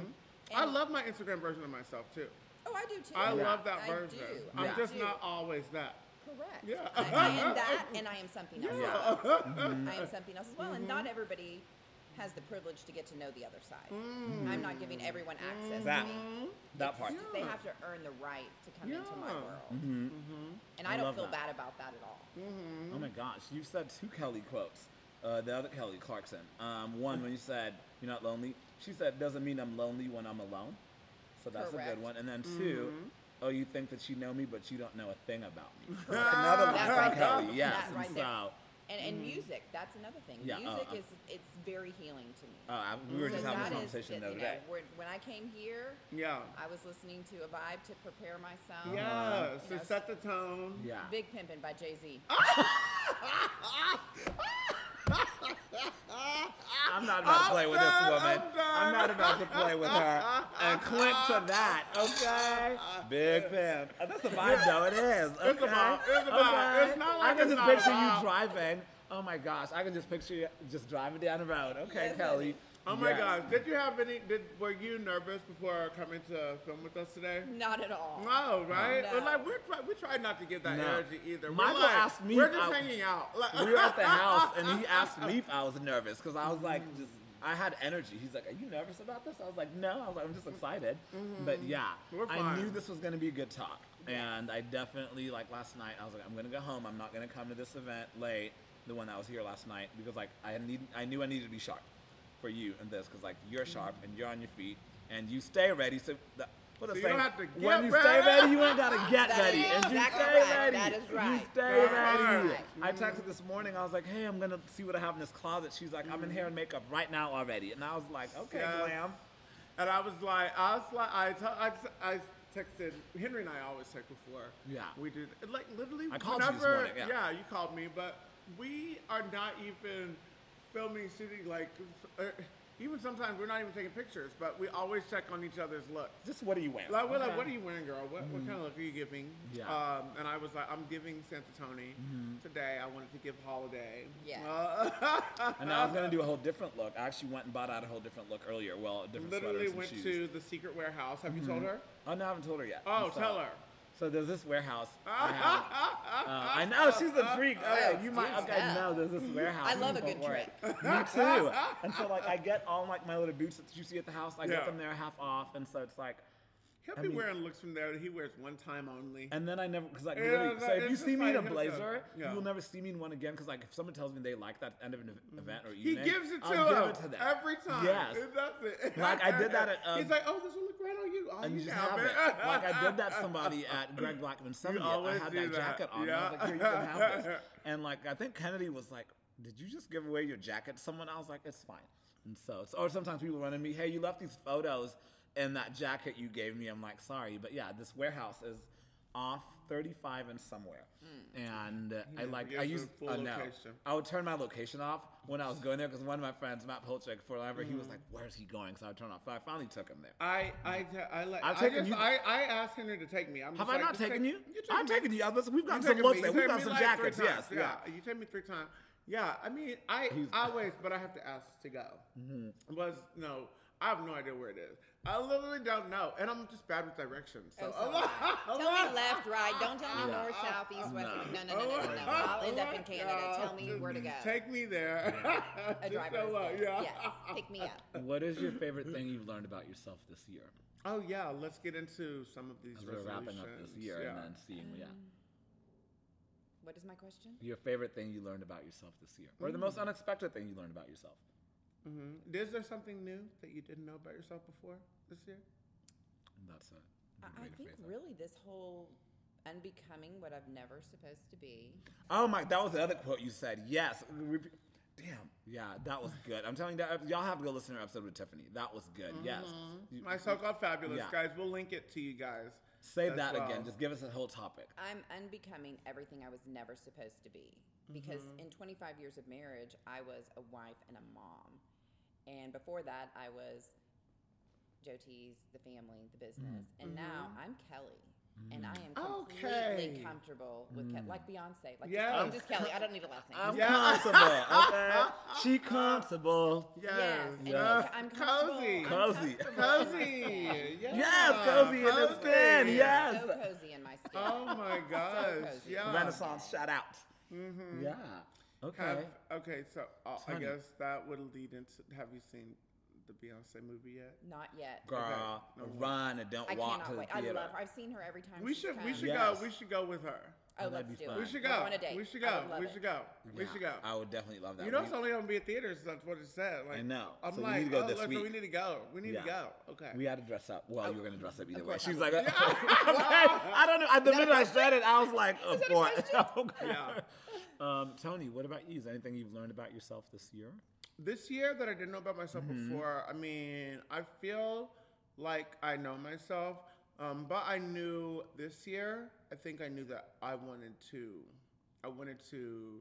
B: I love my Instagram version of myself too.
C: Oh, I do too.
B: I love that
C: I
B: version.
C: Do.
B: I'm
C: I
B: just
C: do.
B: not always that.
C: correct.
B: Yeah.
C: I, I am that, and I am something else.
A: Yeah. Mm-hmm.
C: as well. I am something else as well, and not everybody has the privilege to get to know the other side.
B: Mm-hmm.
C: I'm not giving everyone access. to
A: That,
C: me.
A: that part.
C: They have to earn the right to come into my
B: Yeah. Mm-hmm.
C: world, and I,
A: Mm-hmm. I
C: don't
A: love
C: feel
A: that.
C: bad about that at all.
A: Oh my gosh, you said two Kelly quotes. Uh, the other Kelly Clarkson. Um, one when you said you're not lonely, she said doesn't mean I'm lonely when I'm alone. So that's a
C: Correct. Mm-hmm.
A: good one. And then 2 oh you think that you know me, but you don't know a thing about me. That's another one
C: That
A: from
C: right there.
A: Kelly. Yes,
C: That
A: and
C: right there.
A: so-
C: And, and music, that's another thing.
A: Mm-hmm. Yeah, oh,
C: music
A: oh.
C: is it's very healing to me.
A: Oh, I, we were
C: So
A: just having
C: that
A: this
C: is
A: conversation the
C: that,
A: other
C: you
A: day.
C: know, when- When I came here,
B: Yeah.
C: I was listening to a vibe to prepare myself.
B: Yes.
C: You know,
B: To set the tone.
A: Yeah.
C: Big Pimpin' by Jay Z.
B: Ah.
A: I'm not about to play with this
B: I'm done,
A: woman.
B: I'm done.
A: I'm not about to play with her. And clink to that, okay? Big Pimp. Oh, that's a vibe, though. It is. Okay.
B: It's a vibe. It's a vibe.
A: Okay.
B: It's not like
A: I can
B: it's
A: just
B: not a
A: picture you
B: vibe.
A: driving. Oh my gosh, I can just picture you just driving down the road. Okay,
C: Yes,
A: Kelly.
C: honey.
B: Oh my
A: Yes.
B: gosh. Did you have any? Did were you nervous before coming to film with us today?
C: Not at all.
B: No, Oh, right?
C: No.
B: But like we're try, we try not to give that
A: No.
B: energy either.
A: Michael
B: we're like,
A: asked me
B: We're
A: if
B: just
A: I-
B: hanging out. Like,
A: we were at the house and he asked me if I was nervous because I was like, just I had energy. He's like, "Are you nervous about this?" I was like, "No." I was like, "I'm just excited." But yeah,
B: Mm-hmm. We're
A: I knew
B: fine.
A: this was going to be a good talk, and I definitely like last night. I was like, "I'm going to go home. I'm not going to come to this event late, the one that was here last night, because like I need, I knew I needed to be sharp for you and this, because like you're sharp and you're on your feet and you stay ready." So. The, what
B: Mm-hmm.
A: I'm
B: So you don't
A: saying,
B: have to get
A: when you stay
B: ready.
A: ready, you ain't gotta get
C: That
A: ready,
C: is
A: and you
C: exactly
A: stay
C: right.
A: ready.
C: That is
A: You
C: right.
A: stay
B: That's
A: ready.
B: right.
A: I texted this morning. I was like, "Hey, I'm gonna see what I have in this closet." She's like, "I'm in hair and makeup right now already," and I was like, "Okay,
B: Yes.
A: glam."
B: And I was like, I was like, I, t- I, t- I texted Henry and I always text before.
A: Yeah.
B: We did like literally.
A: I called you
B: whenever,
A: this morning, yeah.
B: you called me, but we are not even filming, shooting like. Uh, even sometimes we're not even taking pictures, but we always check on each other's looks.
A: Just what are you wearing?
B: Like, we're like,
C: Okay.
B: what are you wearing, girl? What, what kind of look are you giving?
A: Mm-hmm. Yeah. Mm-hmm.
B: Um, and I was like, I'm giving Santa Tony today. I wanted to give holiday.
C: Yes.
B: Uh,
A: And I was gonna do a whole different look. I actually went and bought out a whole different look earlier. Well, a different sweater
B: literally
A: and some
B: went
A: shoes.
B: to the secret warehouse. Have you told her?
A: Oh no, I haven't told her yet.
B: Oh,
A: I'm sorry.
B: tell her.
A: So there's this warehouse. I, have, uh, I know she's intrigued. Oh, yeah, you might.
C: Yes,
A: Okay,
C: yeah.
A: no, there's this warehouse.
C: I love
A: in
C: a good
A: Fort
C: trick.
A: Worth. Me too. And so like I get all like my little boots that you see at the house. I
B: Yeah.
A: get them there half off, and so it's like
B: He'll
A: I
B: be
A: mean-
B: wearing looks from there that he wears one time only.
A: And then I never, because like,
B: Yeah,
A: literally, so
B: that-
A: if you
B: it's
A: see
B: just
A: me in a
B: like him, yeah.
A: blazer,
B: Yeah. Mm-hmm.
A: you will never see me in one again. Because like, if someone tells me they like that end of an ev- event or
B: he
A: evening,
B: gives it to
A: I'll
B: him
A: give it to them
B: every time.
A: Yes.
B: And that's it.
A: Like, I did that at, um,
B: He's like, oh, this will look great on you. Oh,
A: And
B: you
A: you just
B: have
A: have
B: it.
A: it. Like I did that to somebody at Greg Blackman's 70th. I
B: always
A: had
B: do
A: that,
B: that.
A: jacket on. And I was like, here, you
B: Yeah.
A: can have this. And like I think Kennedy was like, did you just give away your jacket to someone? I was like, it's fine. And so, it's, or sometimes people run at me, hey, you left these photos in that jacket you gave me. I'm like, sorry, but yeah, this warehouse is off 35 and somewhere. And uh, I
B: Hmm. Yeah,
A: like
B: gives
A: I
B: you
A: used
B: full
A: uh, no.
B: location.
A: I would turn my location off when I was going there because one of my friends, Matt Polchek, forever, he
B: Mm-hmm.
A: was like, where's he going? So I would turn it off. So I finally took him there.
B: I, I, te- I like. i
A: I've taken
B: just,
A: you-
B: I, I asked Henry to take me. I'm
A: Have
B: just
A: I
B: like,
A: not
B: just
A: taken
B: take-
A: you?
B: took
A: I've
B: me.
A: taken you. I've got- We've
B: You
A: gotten some
B: taken me.
A: looks
B: You
A: there. We've
B: taken
A: got
B: me
A: some
B: like three
A: jackets.
B: times.
A: Yes. Yeah.
B: You take me three times. Yeah, I mean, I
A: He's- Mm-hmm.
B: always, but I have to ask to go. Was no, I have no idea where it is. I literally don't know, and I'm just bad with directions. So,
C: Oh, so am I. Tell me left, right. Don't tell me north, south, east, west. No, no, no, no, no. no.
B: Oh,
C: I'll end up in Canada. Tell me where to go.
B: Take me there.
C: a
B: Just
C: driver.
B: so, uh,
C: is there.
B: yeah.
C: Yes. Pick me up.
A: What is your favorite thing you've learned about yourself this year?
B: Oh yeah, let's get into some of these
A: As we're wrapping up this
B: resolutions.
A: year
B: yeah.
A: and then seeing, yeah,
C: What is my question?
A: your favorite thing you learned about yourself this year, or the
B: Mm.
A: most unexpected thing you learned about yourself.
B: Mhm. Is there something new that you didn't know about yourself before this year?
A: That's it.
C: I, I think really this whole unbecoming what I've never supposed to be.
A: Oh my, that was the other quote you said. Yes. Rep- Damn. Yeah, that was good. I'm telling you, that, y'all have to go listen to our episode with Tiffany. That was good.
B: Mm-hmm.
A: Yes. You-
B: My so-called fabulous
A: Yeah.
B: guys. We'll link it to you guys.
A: Say
B: as
A: that
B: well.
A: again. Just give us a whole topic.
C: I'm unbecoming everything I was never supposed to be. Because
B: Mm-hmm.
C: in 25 years of marriage, I was a wife and a mom. And before that, I was Joe T's, the family, the business.
B: Mm-hmm.
C: And now I'm Kelly. And I am completely
B: Okay.
C: comfortable with Kelly. Like Beyonce. Like
B: Yeah.
C: just, I'm just Kelly. I don't need a last name.
A: I'm
B: Yeah.
A: comfortable. Okay. She comfortable.
C: yes.
B: Yes.
C: And
A: Yes.
C: I'm comfortable.
B: Cozy.
C: I'm
A: Cozy.
C: comfortable in my skin.
B: Cozy. Yeah.
A: Yes, cozy in his skin.
B: cozy.
A: Yes.
C: So cozy in my skin.
B: Oh my gosh.
C: cozy.
B: Yeah. Mm-hmm.
A: Renaissance shout out. Yeah. Okay.
B: Have, okay, so uh, I
A: Honey.
B: guess that would lead into. Have you seen the Beyonce movie yet?
C: Not yet.
A: Girl,
B: no
A: run and don't
C: I
A: walk
C: cannot
A: to the
C: wait.
A: theater.
C: I love her. I've seen her every time.
B: We
C: she's
B: should. We
C: come.
B: should
A: Yes.
B: go. We should go with her.
C: Oh,
A: That'd
C: let's
A: be
C: do
A: fun.
C: it.
B: We should
C: We're
B: go.
C: on a date.
B: We should
C: I
B: go.
C: would love
B: We
C: it.
B: should go. We
A: Yeah,
B: should go.
A: I would definitely love that.
B: You know,
A: we,
B: it's only gonna be at theaters. That's what it said. Like,
A: I know.
B: I'm
A: So we
B: like,
A: need to go
B: oh,
A: this
B: look,
A: week.
B: we need to go. We need to
A: Yeah.
B: go. Okay.
A: we had to dress up. Well, you were gonna dress up either way.
C: course I
A: She's
C: would.
A: like, okay. I don't know. At the
C: that a
A: minute I said it, I was like, oh
C: that a
A: boy.
C: question?
A: Okay.
B: Yeah.
A: Um, Tony, what about you? Is there anything you've learned about yourself this year?
B: this year that I didn't know about myself
A: Mm-hmm.
B: before, I mean, I feel like I know myself, um, but I knew this year, I think I knew that I wanted to, I wanted to,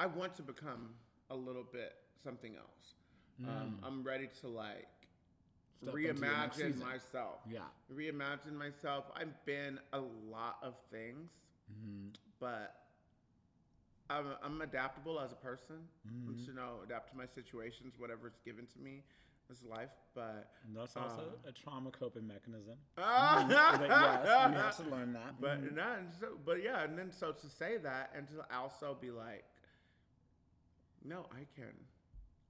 B: I want to become a little bit something else.
A: Mm.
B: Um, I'm ready to like
A: Step into your next
B: reimagine
A: season.
B: myself.
A: Yeah.
B: Reimagine myself. I've been a lot of things,
A: Mm-hmm.
B: but I'm, I'm adaptable as a person.
A: Mm-hmm.
B: I'm just, you know, adapt to my situations, whatever's given to me. This life, but
A: And that's also a trauma coping mechanism. Mm.
B: Ah!
A: but Mm-hmm. yes, Mm-hmm. we have to learn that. Mm.
B: but not so, but yeah, and then so to say that, and to also be like, no, I can,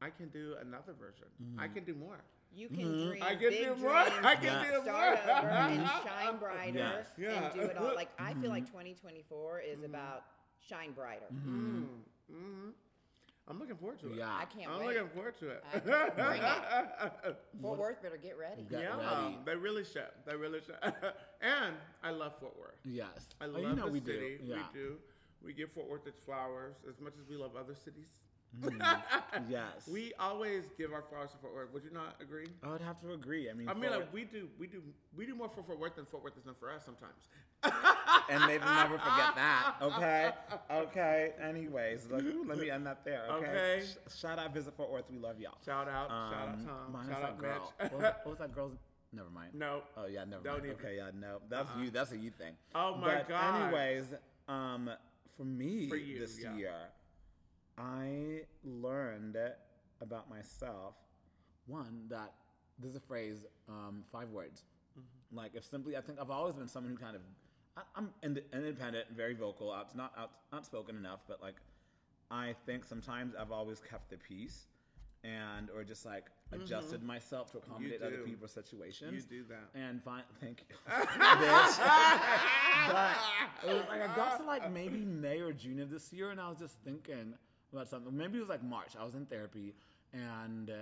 B: I can do another version. I
A: Mm-hmm.
B: can do more.
C: You can dream.
B: I can
C: big
B: do more.
C: dreams,
B: I can
C: and
B: do
C: start
B: more.
C: over and shine brighter
A: Yes.
B: Yeah.
C: and do it all. Like I
A: Mm-hmm.
C: feel like 2024 is about shine brighter.
B: Mm-hmm. I'm looking forward to it.
A: Mm. Yeah.
C: I can't
B: I'm
C: wait.
B: looking forward to it.
C: I can't- bring it. Fort Worth better get ready.
A: Yeah.
B: yeah,
A: ready.
B: they really should. They really should. and I love Fort Worth.
A: Yes.
B: I
A: Oh,
B: love
A: you know
B: the
A: we do.
B: city.
A: Yeah.
B: We do. We give Fort Worth its flowers as much as we love other cities.
A: Yes.
B: We always give our flowers to Fort Worth. Would you not agree?
A: I would have to agree. I mean,
B: I mean,
A: for-
B: like we do, we do, we do more for Fort Worth than Fort Worth has done for us sometimes.
A: and they never forget that. Okay. Okay. Anyways, look, ooh, let me end that there. Okay.
B: Okay.
A: Sh- shout out, visit Fort Worth. We love y'all.
B: Shout out, shout out
A: Um, mine is
B: Tom, shout
A: that
B: out
A: girl.
B: Mitch.
A: What was, that, what was that girl's? Never mind.
B: no,
A: Oh yeah, never
B: Don't
A: mind.
B: even. Uh-huh.
A: Okay, yeah, no, that's you. That's a you thing.
B: Oh, my
A: But
B: God.
A: Anyways, um, for me
B: For you,
A: this
B: yeah.
A: year, I learned about myself. One that there's a phrase, um, five words.
B: Mm-hmm.
A: Like if simply, I think I've always been someone who kind of, I, I'm ind- independent, very vocal, out, not out, outspoken enough, but like, I think sometimes I've always kept the peace. and or just like adjusted myself to accommodate other
B: Mm-hmm. do.
A: people's situations.
B: You do that.
A: And fine, thank you. Bitch. but it was like I got to like maybe May or June of this year, and I was just thinking about something. Maybe it was like March. I was in therapy, and uh,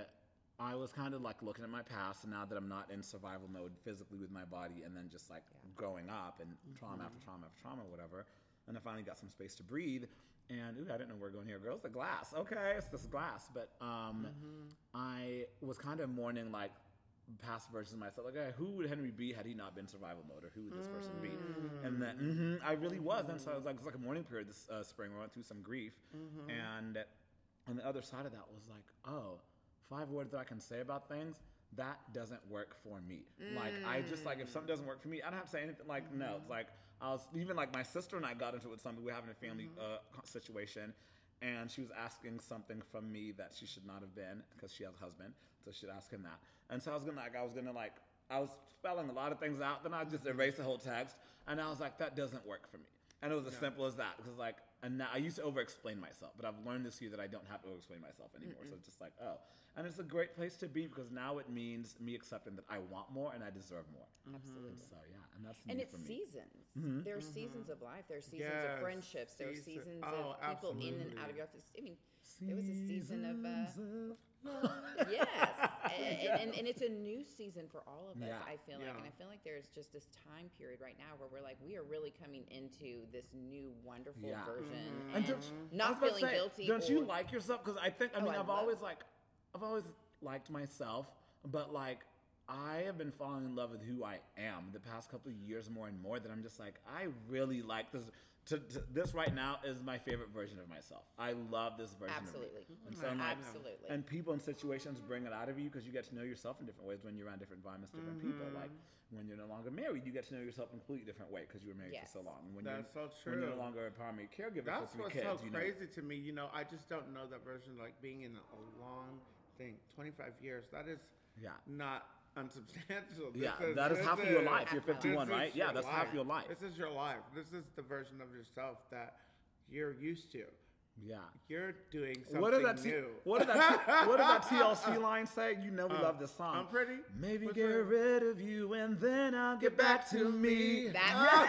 A: I was kind of like looking at my past. And now that I'm not in survival mode physically with my body, and then just like growing up and trauma after trauma after trauma, whatever. And I finally got some space to breathe. And ooh, I didn't know we are going here. Girls, the glass. Okay, it's this glass. But um, I was kind of mourning like past versions of myself. Like, okay, who would Henry be had he not been survival mode, or who would this person be? And then mhm, I really was. And so I was like, it's like a mourning period this uh, spring. where I went through some grief, and on the other side of that was like, oh, five words that I can say about things. That doesn't work for me. Like I just like if something doesn't work for me, I don't have to say anything. Like no, it's like I was even like my sister and I got into it with somebody. We were having a family uh, co- situation, and she was asking something from me that she should not have been because she has a husband, so she'd ask him that. And so I was gonna like, I was gonna like, I was spelling a lot of things out. Then I just erased the whole text, and I was like, that doesn't work for me. And it was as simple as that because like, and now I used to over-explain myself, but I've learned this year that I don't have to over-explain myself anymore. So it's just like, oh, and it's a great place to be because now it means me accepting that I want more and I deserve more.
F: Absolutely.
A: So yeah, and that's
C: Mm-hmm. And
A: Mm-hmm. new
C: it's
A: for me. Mm-hmm.
C: seasons. There are seasons of life. There are seasons
B: Mm-hmm. Yes,
C: of friendships. There are
B: season-
C: seasons
B: oh,
C: of people in and out of
B: absolutely.
C: your life. I mean, it was a season of uh,
A: Seasons
C: yes, and, and, and it's a new season for all of
A: Oh
C: us.
A: Yeah.
C: I feel like,
B: Yeah.
C: and I feel like there's just this time period right now where we're like, we are really coming into this new wonderful
A: Yeah. Mm-hmm.
C: version,
A: Mm. And
C: and,
A: don't- I was
C: not
A: about to
C: feeling
A: say,
C: guilty.
A: Don't you
C: or-
A: like yourself? Because I think I
C: Oh,
A: mean
C: I
A: I've
C: love-
A: always like I've always liked myself, but like I have been falling in love with who I am the past couple of years more and more. That I'm just like I really like this. To, to- this right now is my favorite version of myself. I love this version.
C: Absolutely. Mm-hmm.
A: Of me. And so I'm like-
C: Absolutely.
A: And people and situations bring it out of you because you get to know yourself in different ways when you're around different environments, different people.
C: Mm-hmm.
A: Like when you're no longer married, you get to know yourself in a completely different way because you were married for so
C: Yes.
A: long. When
B: That's
A: you're,
B: so
A: When you're no
B: true.
A: longer a primary caregiver
B: That's
A: for three kids,
B: what's so
A: you know,
B: crazy to me. You know, I just don't know that version. Like being in a long thing, 25 years. That is
A: Yeah.
B: not unsubstantial. This
A: Yeah, that is half of your life. You're
C: Half
A: 51,
B: this
C: my life.
B: is
A: right? Yeah,
B: your
A: that's half your life.
B: This is your life. This is the version of yourself that you're used to.
A: Yeah.
B: You're doing something
A: What did that T-
B: new. Uh,
A: what did that T- what did that TLC line say? You know we love this song.
B: I'm pretty.
A: Maybe
B: What's
A: get
B: that?
A: rid of you and then I'll get back to me.
C: that,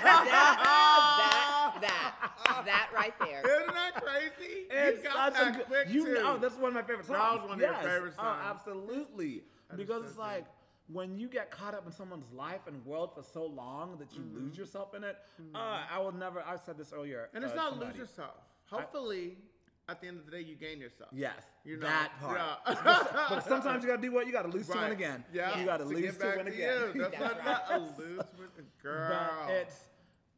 C: that, that, that, that right there.
B: Isn't that crazy?
A: It's
B: you got
A: such a
B: that
A: good-
B: quick
A: you
B: too.
A: know that's one of my favorite songs.
B: That was one of your
A: Yes.
B: favorite songs.
A: Oh, absolutely. Because it's like when you get caught up in someone's life and world for so long that you lose yourself in it. Uh, I will never. I said this earlier.
B: Mm-hmm. and it's
A: uh,
B: not
A: somebody.
B: lose yourself. Hopefully, at the end of the day, you gain yourself.
A: Yes,
B: You know,
A: that part.
B: yeah.
A: but, but sometimes you gotta do what you gotta lose to win
B: Right.
A: again.
B: Yeah.
A: you gotta
B: to
A: lose
B: get
A: to
B: back
A: win
B: to
A: again.
B: You. That's
C: That's
B: what
C: right.
B: that lose with the girl.
A: But it's,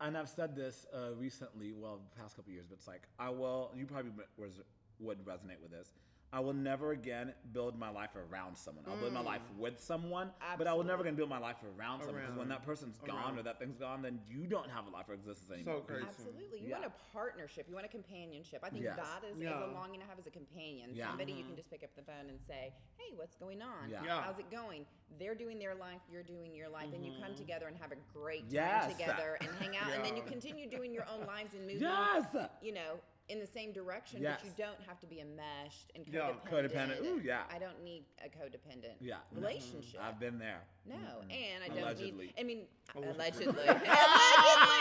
A: and I've said this uh, recently, well, the past couple years, but it's like, I will, you probably was, would resonate with this. I will never again build my life around someone. I'll build my life with someone, but I will never
C: Absolutely.
A: again build my life around someone because when
B: Mm. Around.
A: that person's gone
B: Around.
A: or that thing's gone, then you don't have a life or existence anymore.
B: crazy.
C: Absolutely. You
A: Yeah.
C: want a partnership. You want a companionship. I think
A: Yes.
C: that is, is
B: Yeah. Mm-hmm.
C: a longing to have as a companion.
A: Yeah.
C: Somebody you can just pick up the phone and say, hey, what's going on?
A: Yeah.
B: Yeah.
C: How's it going? They're doing their life. You're doing your life. And you come together and have a great
A: Yes.
C: time together and hang out. And then you
B: Mm-hmm. Yeah.
C: continue doing your own lives and move on,
A: Yes!
C: you know, in the same direction.
A: Yes.
C: But you don't have to be enmeshed and
B: Yeah.
C: codependent.
A: Codependent. Ooh, yeah.
C: I don't need a codependent
A: Yeah. Mm-hmm. No.
C: relationship.
A: I've been there.
C: no, and I don't
A: Allegedly.
C: need. I mean,
A: Oh.
B: Allegedly.
C: allegedly.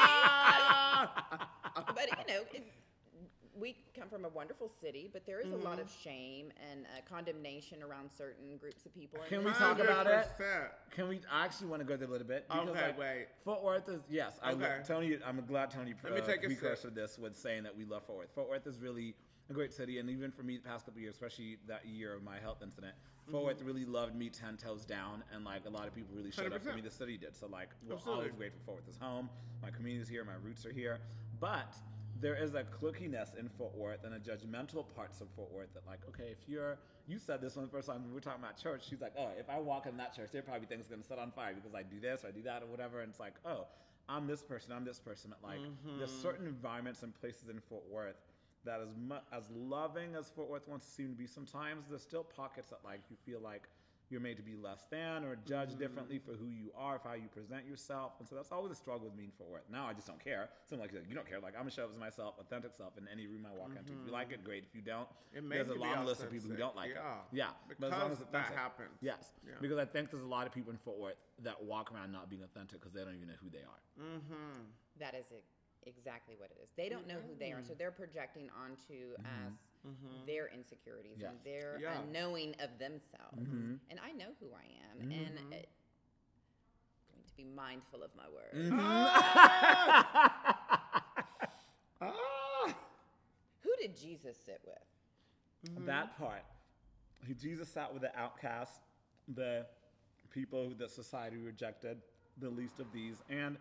C: allegedly but you know, it, we come from a wonderful city, but there is a
A: Mm-hmm.
C: lot of shame and uh, condemnation around certain groups of people. And
A: Can we
C: it's-
A: talk about it?
B: 100%.
A: Can we? I actually want to go there a little bit.
B: Okay,
A: like,
B: wait.
A: Fort Worth is yes. I
B: Okay.
A: love Tony. I'm glad Tony
B: Let me
A: uh,
B: take a sip.
A: precursored this with saying that we love Fort Worth. Fort Worth is really a great city, and even for me, the past couple of years, especially that year of my health incident,
B: Mm-hmm.
A: Fort Worth really loved me ten toes down, and like a lot of people really showed up for
B: 100%.
A: me. The city did. So like, we're
B: Absolutely.
A: always grateful for Fort Worth is home. My community's here. My roots are here. But there is a cliquiness in Fort Worth and a judgmental parts of Fort Worth that like, okay, if you're you said this one the first time we were talking about church, she's like, oh, if I walk in that church, they probably think it's gonna set on fire because I do this or I do that or whatever. And it's like, oh, I'm this person, I'm this person. But like, there's certain environments and places in Fort Worth that as mu- as loving as Fort Worth wants to seem to be, sometimes there's still pockets that like you feel like you're made to be less than or judged
B: Mm-hmm.
A: differently for who you are, for how you present yourself. And so that's always a struggle with meaningful worth. Now I just don't care. So I'm like, you don't care. Like I'm gonna show up as myself, authentic self, in any room I walk into. If you like it, great. If you don't,
B: Mm-hmm. It may
A: there's a
B: be
A: long list of people who
B: authentic,
A: don't like
B: yeah,
A: it. Yeah, but as long
B: because
A: as it's
B: that
A: authentic.
B: happens.
A: Yes,
B: Yeah.
A: because I think there's a lot of people in Fort Worth that walk around not being authentic because they don't even know who they are.
B: Mm-hmm.
C: That is e- exactly what it is. They don't know who they are, so they're projecting onto us their insecurities and
A: Yeah. Mm-hmm.
C: their
B: Yeah.
C: unknowing of themselves. And I know who I am, and it, I'm going to be mindful of my words.
A: Mm-hmm.
B: Ah!
C: Who did Jesus sit with?
A: That part, who Jesus sat with the outcasts, the people who- that society rejected, the least of these, and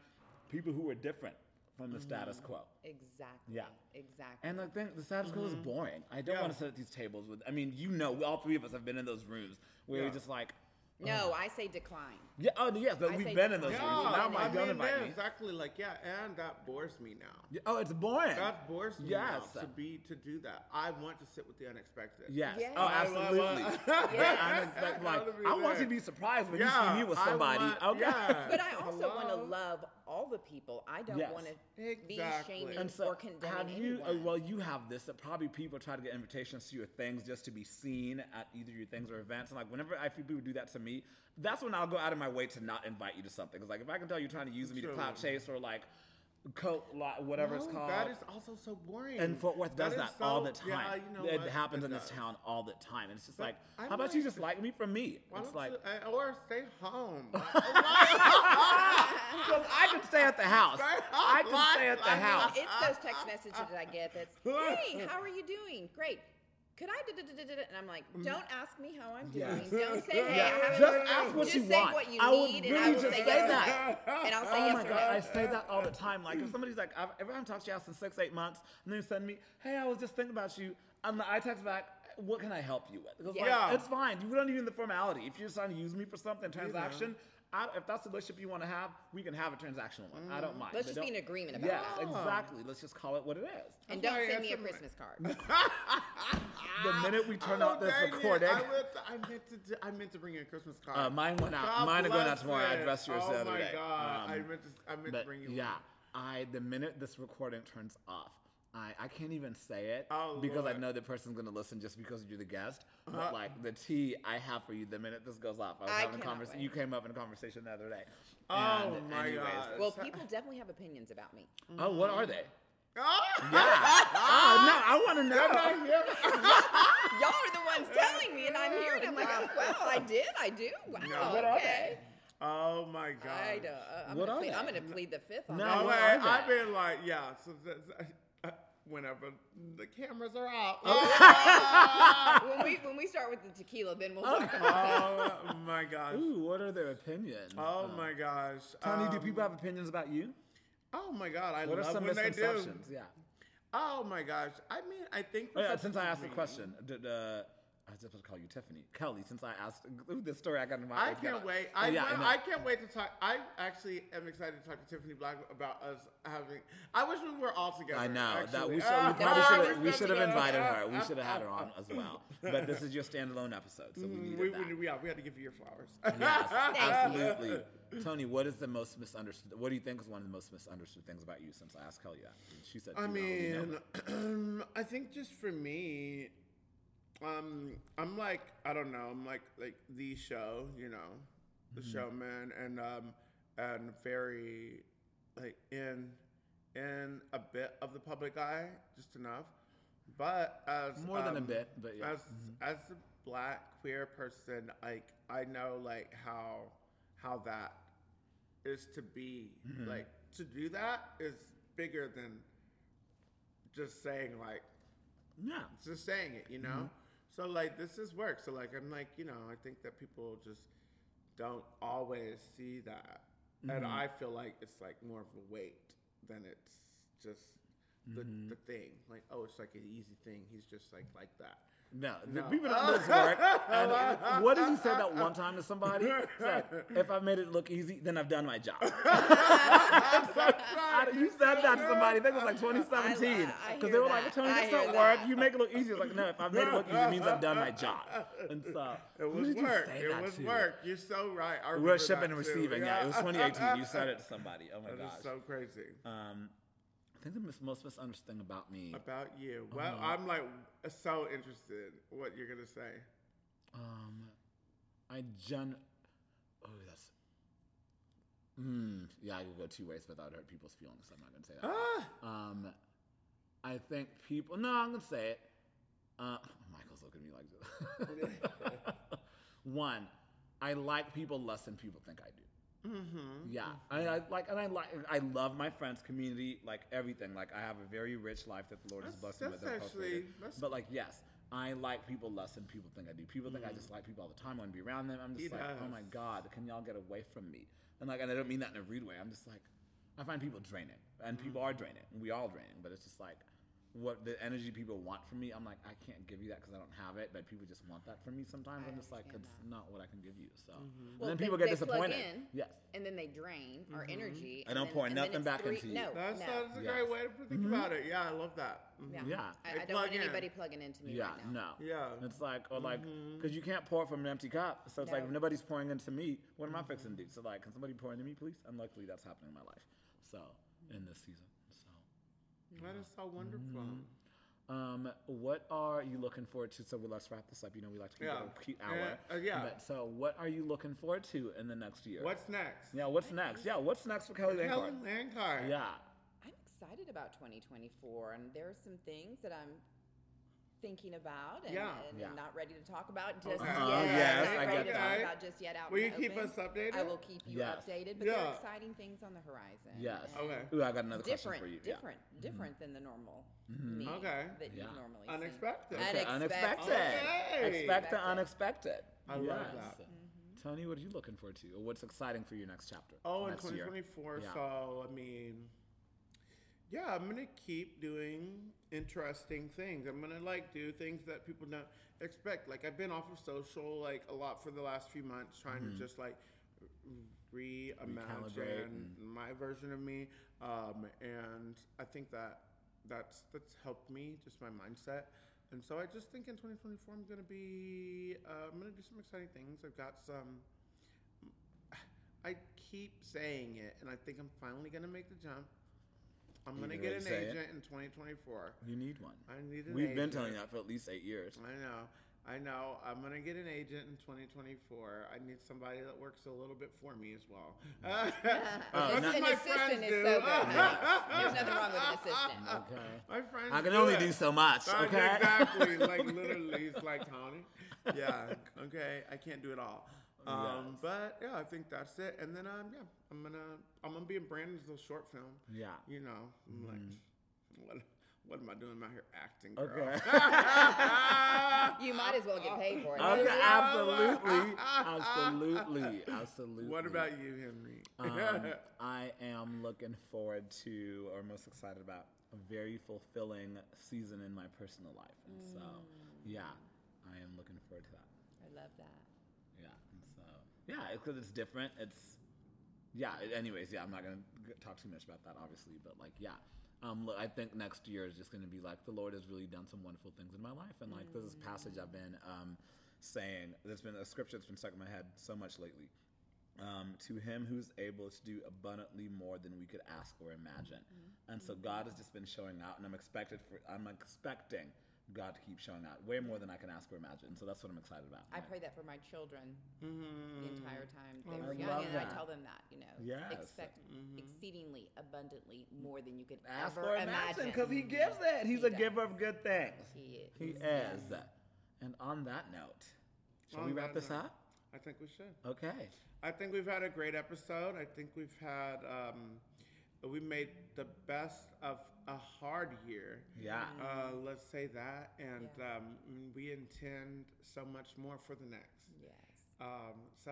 A: people who were different from the status quo.
C: Exactly.
A: Yeah.
C: Exactly.
A: Mm-hmm. And the thing, the status quo is boring. I don't
B: Yeah.
A: want to sit at these tables with. I mean, you know, we- all three of us have been in those rooms where
B: Yeah.
A: you're just like,
C: no, I say decline.
A: yeah, oh yes, but
C: I
A: we've
C: say
A: been in those
C: don't.
B: Yeah,
A: rooms. So now,
B: I
A: I'm like, don't
B: mean,
A: invite
B: yeah,
A: me.
B: exactly. Like, yeah, and that bores me now.
A: Yeah, Oh, it's boring.
B: That bores me now
A: Yes.
B: to be to do that. I want to sit with the unexpected.
A: Yes.
C: Yes.
A: Oh,
C: I-
A: absolutely.
B: I- I-
A: That
C: I
A: unexpected, like,
B: gotta be
A: I want you
B: there.
A: to be surprised when you
B: Yeah,
A: see me with
B: I
A: somebody.
B: want-
A: okay.
B: yeah.
C: But I also want to
B: Hello?
C: love all the people. I don't
A: Uh, Yes.
C: want to be
B: Exactly.
C: shaming
A: And so,
C: or condemning
A: have you?
C: anyone.
A: uh, well, you have this. That probably people try to get invitations to your things just to be seen at either your things or events. And like, whenever I feel people do that to me, that's when I'll go out of my way to not invite you to something. Because like, if I can tell you're trying to use me to
B: True.
A: clout chase or like, coat, li- whatever it's
B: No,
A: called.
B: That is also so boring.
A: and Fort Worth does
B: is
A: that, all
B: so-
A: the time.
B: Yeah, you know
A: it
B: what?
A: happens
B: It
A: in this
B: does.
A: town all the time. And it's just like,
B: I
A: how about you
B: might-
A: just like me for me?
B: Why
A: it's
B: don't
A: like,
B: you, I- or stay home. oh,
A: Because I can stay at the house. I can stay at the house.
C: it's those text messages that I get that's, hey, how are you doing? Great. Could I? da- da- da- da- da-" And I'm like, don't ask me how I'm doing.
A: Yes.
C: Don't say, hey,
A: Mm. Yeah.
C: I haven't-"
A: Just ask what
C: just
A: you
C: say
A: want.
C: what you
A: I would
C: need, and I
A: really
C: will
A: just
C: say
A: say
C: yes
A: that.
C: or no. And I'll say
A: oh
C: yes
A: my
C: or
A: god,
C: no.
A: I say that all the time. Like if somebody's like, I've, if I haven't talked to you out since six, eight months, and then you send me, hey, I was just thinking about you, and I text back, what can I help you with? Because
C: Yeah.
A: like, it's fine. You don't need the formality. If you're just trying to use me for something, transaction. I, if that's the relationship you want to have, we can have a transactional one. I
B: Mm.
A: don't mind.
C: Let's
A: But
C: just be
A: don't-
C: in agreement about
A: yes,
C: it.
A: exactly. Let's just call it what it is.
C: And
B: That's why
C: don't
B: I
C: send me a
B: answer my-
C: Christmas card.
A: The minute we turn off
B: Oh,
A: this
B: dang it.
A: recording.
B: I, went I meant to. do- I meant to bring you a Christmas card.
A: Uh, mine went out.
B: God
A: Mine are going out
B: bless
A: tomorrow. I
B: it.
A: addressed yours
B: oh
A: the other
B: my
A: day.
B: God. I
A: Um,
B: meant to. I meant to
A: but
B: bring you.
A: yeah,
B: One.
A: I the minute this recording turns off, I, I can't even say it
B: Oh,
A: because I
B: Lord. Uh-huh.
A: know the person's gonna listen just because you're the guest. But like the tea I have for you the minute this goes off, I was
C: I
A: having a
C: cannot
A: conversation.
C: wait.
A: You came up in a conversation the other day.
B: Oh
A: And
B: my
A: anyways-
B: God.
C: well, people definitely have opinions about me.
A: Oh, what are they?
B: Ah!
A: Yeah. oh no, I want to know.
B: Right here.
C: Y'all are the ones telling me, and I'm here, and I'm like, oh, well, I did, I do. Wow.
A: What are
C: okay.
B: Oh my God.
C: I don't. Uh, I'm
A: What
C: gonna
A: are
C: plead, I'm
A: they?
C: going to plead the fifth on
A: No,
C: that.
B: No,
A: Where
B: way.
A: are
B: I've
A: they?
B: been like, yeah. So that's, uh, whenever the cameras are out.
A: Oh.
C: when we when we start with the tequila, then we'll talk about
B: oh my gosh.
A: Ooh, what are their opinions?
B: Oh
A: Um,
B: my gosh.
A: Tony, do
B: Um,
A: people have opinions about you?
B: Oh my God. I
A: What are
B: love
A: some
B: when they do.
A: misconceptions? Yeah.
B: Oh my gosh. I mean, I think.
A: Oh, yeah,
B: that's
A: since I asked the
B: me.
A: question, did, uh, I was supposed to call you Tiffany. Kelly, since I asked ooh, this story, I got in my
B: I
A: I've
B: can't
A: got-
B: wait.
A: Oh,
B: I,
A: yeah,
B: well,
A: know.
B: I can't wait to talk. I actually am excited to talk to Tiffany Black about us having. I wish we were all together.
A: I know that
B: actually.
A: we should,
B: Ah,
A: we probably
B: ah,
A: should have,
B: we're
A: we
B: so
A: should have
B: together.
A: invited
B: Ah,
A: her. We
B: ah,
A: should have had her
B: ah,
A: on as well. But this is your standalone episode, so we needed
B: Mm, We,
A: that.
B: we, we, yeah, we had to give you your flowers.
A: yes,
C: you.
A: absolutely. Tony, what is the most misunderstood? What do you think is one of the most misunderstood things about you since I asked Kelly that? And she said,
B: I
A: you know, we know
B: mean,
A: it.
B: I think just for me, um, I'm like I don't know. I'm like like the show, you know, the
A: Mm-hmm.
B: showman, and um, and very like in in a bit of the public eye, just enough. But as
A: More than a
B: um,
A: bit, but yeah. Mm-hmm.
B: as as a black queer person, like I know like how how that is to be
A: Mm-hmm.
B: like to do that is bigger than just saying like
A: yeah,
B: just saying it, you know.
A: Mm-hmm.
B: So like this is work. So like I'm like you know I think that people just don't always see that,
A: Mm-hmm.
B: and I feel like it's like more of a weight than it's
A: Mm-hmm.
B: just the the thing. Like oh, it's like an easy thing. He's just like like that.
A: No, the-
B: No.
A: we've been on this work. And what did you say that one time to somebody? It's like, if I've made it look easy, then I've done my job. It's like, I- you said that to somebody. I think it was like 2017.
C: I- I
A: Because they
C: hear
A: were like,
C: that.
A: Tony,
C: I
A: that's
C: hear
A: not work.
C: that.
A: You make it look easy. It's like, no, if I've made it look easy, it means I've done my job. And so,
B: It
A: who
B: was
A: did you
B: work.
A: say
B: It
A: that
B: was
A: to?
B: work. You're so right.
A: We
B: I
A: We're
B: remember
A: shipping
B: that
A: and
B: too.
A: receiving. Yeah. it was 2018. You said it to somebody. Oh my
B: That is
A: gosh.
B: so crazy
A: um, I think the mis- most misunderstood thing about me.
B: about you.
A: Oh.
B: Well, I'm like so interested what you're gonna say.
A: Um, I gen. Oh, that's. Mm, yeah, I could go two ways without hurt people's feelings. I'm not gonna say that.
B: Ah,
A: Um, I think people. No, I'm gonna say it. Uh, Michael's looking at me like this. One, I like people less than people think I do. Mm-hmm. Yeah, I, I like, and I like, I love my friends, community, like everything. Like I have a very rich life that the Lord has
B: That's-
A: blessed me with.
B: that's
A: that I've
B: actually-
A: cultivated.
B: that's-
A: but like, yes, I like people less than people think I do. People think I just like people all the time. I want to be around them. I'm just
B: He
A: like, oh
B: does.
A: my god, can y'all get away from me? And like, and I don't mean that in a rude way. I'm just like, I find people draining, and people
B: Mm.
A: are draining. We all draining, but it's just like what the energy people want from me. I'm like, I can't give you that because I don't have it. But people just want that from me sometimes. I am just like, it's not what I can give you. So,
B: Mm-hmm.
A: and
D: Well,
A: then
D: they-
A: people get
D: they plug
A: disappointed.
D: in.
A: Yes.
D: and then they drain
C: Mm-hmm.
D: our energy.
A: I don't
D: then-
A: pour
D: then it's
A: nothing back
D: three-
A: into you.
D: No,
B: that's,
D: no.
B: that's a
A: Yeah.
B: great way to think
A: Mm-hmm.
B: about it. Yeah, I love that. Mhm.
D: no.
A: Yeah.
D: I,
B: They
D: I don't want
B: plug in.
D: anybody plugging into me
A: Yeah,
D: right now.
A: no.
B: Yeah.
A: It's like, or like,
B: Mm-hmm.
A: because you can't pour from an empty cup. So it's like,
D: No.
A: if nobody's pouring into me, what
B: Mm-hmm.
A: am I fixing to do? So, like, can somebody pour into me, please? And luckily, that's happening in my life. So, in this season. So,
B: That is
A: Mm-hmm.
B: so wonderful.
A: um, what are you looking forward to? So, well, let's wrap this up. You know, we like to keep
B: Yeah.
A: it a cute
B: Eh,
A: hour.
B: uh, yeah.
A: But, so, what are you looking forward to in the next year?
B: What's next?
A: Yeah, what's next? Yeah, what's next for Kelly Lankard?
B: Helen Lankard.
A: Yeah.
C: I'm excited about 2024, and there are some things that I'm thinking about and,
B: Yeah.
C: and
A: Yeah. Oh,
C: I'm not ready to talk about just
B: Okay.
C: yet.
B: Uh-huh,
C: I'm
A: yes,
C: not
A: I
C: ready
A: get
C: to talk
B: that.
C: about just yet out
B: Will
C: in
B: you
C: the
B: keep
C: open.
B: us updated?
C: I will keep you
A: Yes.
C: updated, but there
B: Yeah.
C: are exciting things on the horizon.
A: Yes.
C: and
B: Okay.
A: Ooh, I got another question
C: Different,
A: for you. Yeah. Mm-hmm.
C: different, different than the normal me
B: Okay.
C: that you
A: Yeah.
C: normally
B: Unexpected.
C: See.
A: Okay, unexpected.
B: Okay.
A: Expect the unexpected.
B: I love that.
C: Mm-hmm.
A: Tony, what are you looking forward to? Or what's exciting for your next chapter?
B: Oh, in
A: next year?
B: 2024.
A: Yeah.
B: So, I mean, yeah, I'm going to keep doing interesting things. I'm going to like do things that people don't expect. Like, I've been off of social like a lot for the last few months, trying to just like
A: Mm-hmm. Recalibrate
B: reimagine my version of me. Um, and I think that that's that's helped me, just my mindset. And so I just think in 2024 I'm gonna be uh, I'm gonna do some exciting things. I've got some. I keep saying it, and I think I'm finally gonna make the jump. I'm
A: You
B: gonna
A: can
B: get
A: already
B: an
A: say it.
B: agent in 2024.
A: You need one.
B: I need an
A: We've been
B: agent.
A: telling you that for at least eight years.
B: I know. I know. I'm gonna get an agent in 2024. I need somebody that works a little bit for me as well.
A: Oh,
B: As much
A: no-
B: as
A: An
B: my friends
C: Uh, assistant is
B: do.
C: so good. There's nothing wrong with an assistant.
A: Okay.
B: My friends.
A: I can only
B: it.
A: do so much.
B: Right,
A: Okay.
B: Uh, Exactly. like literally, it's like Tony. Yeah. Okay. I can't do it all. Um,
A: Yes.
B: But yeah, I think that's it. And then um, yeah, I'm gonna I'm gonna be in Brandon's little short film.
A: Yeah.
B: You know, I'm
A: Mm.
B: like, what what am I doing out here acting? Girl?
A: Okay.
D: You might as well get paid for it.
A: Okay,
B: Yeah.
A: absolutely. Absolutely. Absolutely.
B: What about you, Henry?
A: Um, I am looking forward to, or most excited about, a very fulfilling season in my personal life. And so,
B: Mm.
A: yeah, I am looking forward to that.
C: I love that.
A: Yeah. And so, yeah, because it's different. It's, yeah, it- anyways, yeah, I'm not going to talk too much about that, obviously, but like, yeah. Um, look, I think next year is just going to be like, the Lord has really done some wonderful things in my life. And like, there's this passage I've been um, saying, there's been a scripture that's been stuck in my head so much lately. Um, to him who's able to do abundantly more than we could ask or imagine. And so God has just been showing out, and I'm expected for, I'm expecting God to keep showing out way more than I can ask or imagine. So that's what I'm excited about.
C: I
A: Like,
C: pray that for my children
B: Mm-hmm.
C: the entire time they
A: Mm. I
C: were young,
A: love
C: and
A: that.
C: I tell them that you know,
A: Yes. Mm-hmm.
C: expect exceedingly abundantly more than you could
A: ask
C: ever
A: or imagine because he
C: imagine.
A: gives it. He's
C: He
A: a
C: does.
A: giver of good things.
C: He is.
A: He is. And on that note, shall we
B: On
A: wrap
B: that
A: this
B: note.
A: up?
B: I think we should.
A: Okay.
B: I think we've had a great episode. I think we've had um, we made the best of a hard year.
A: Yeah.
B: Uh, let's say that, and um, we intend so much more for the next.
C: Yes.
B: Um, so,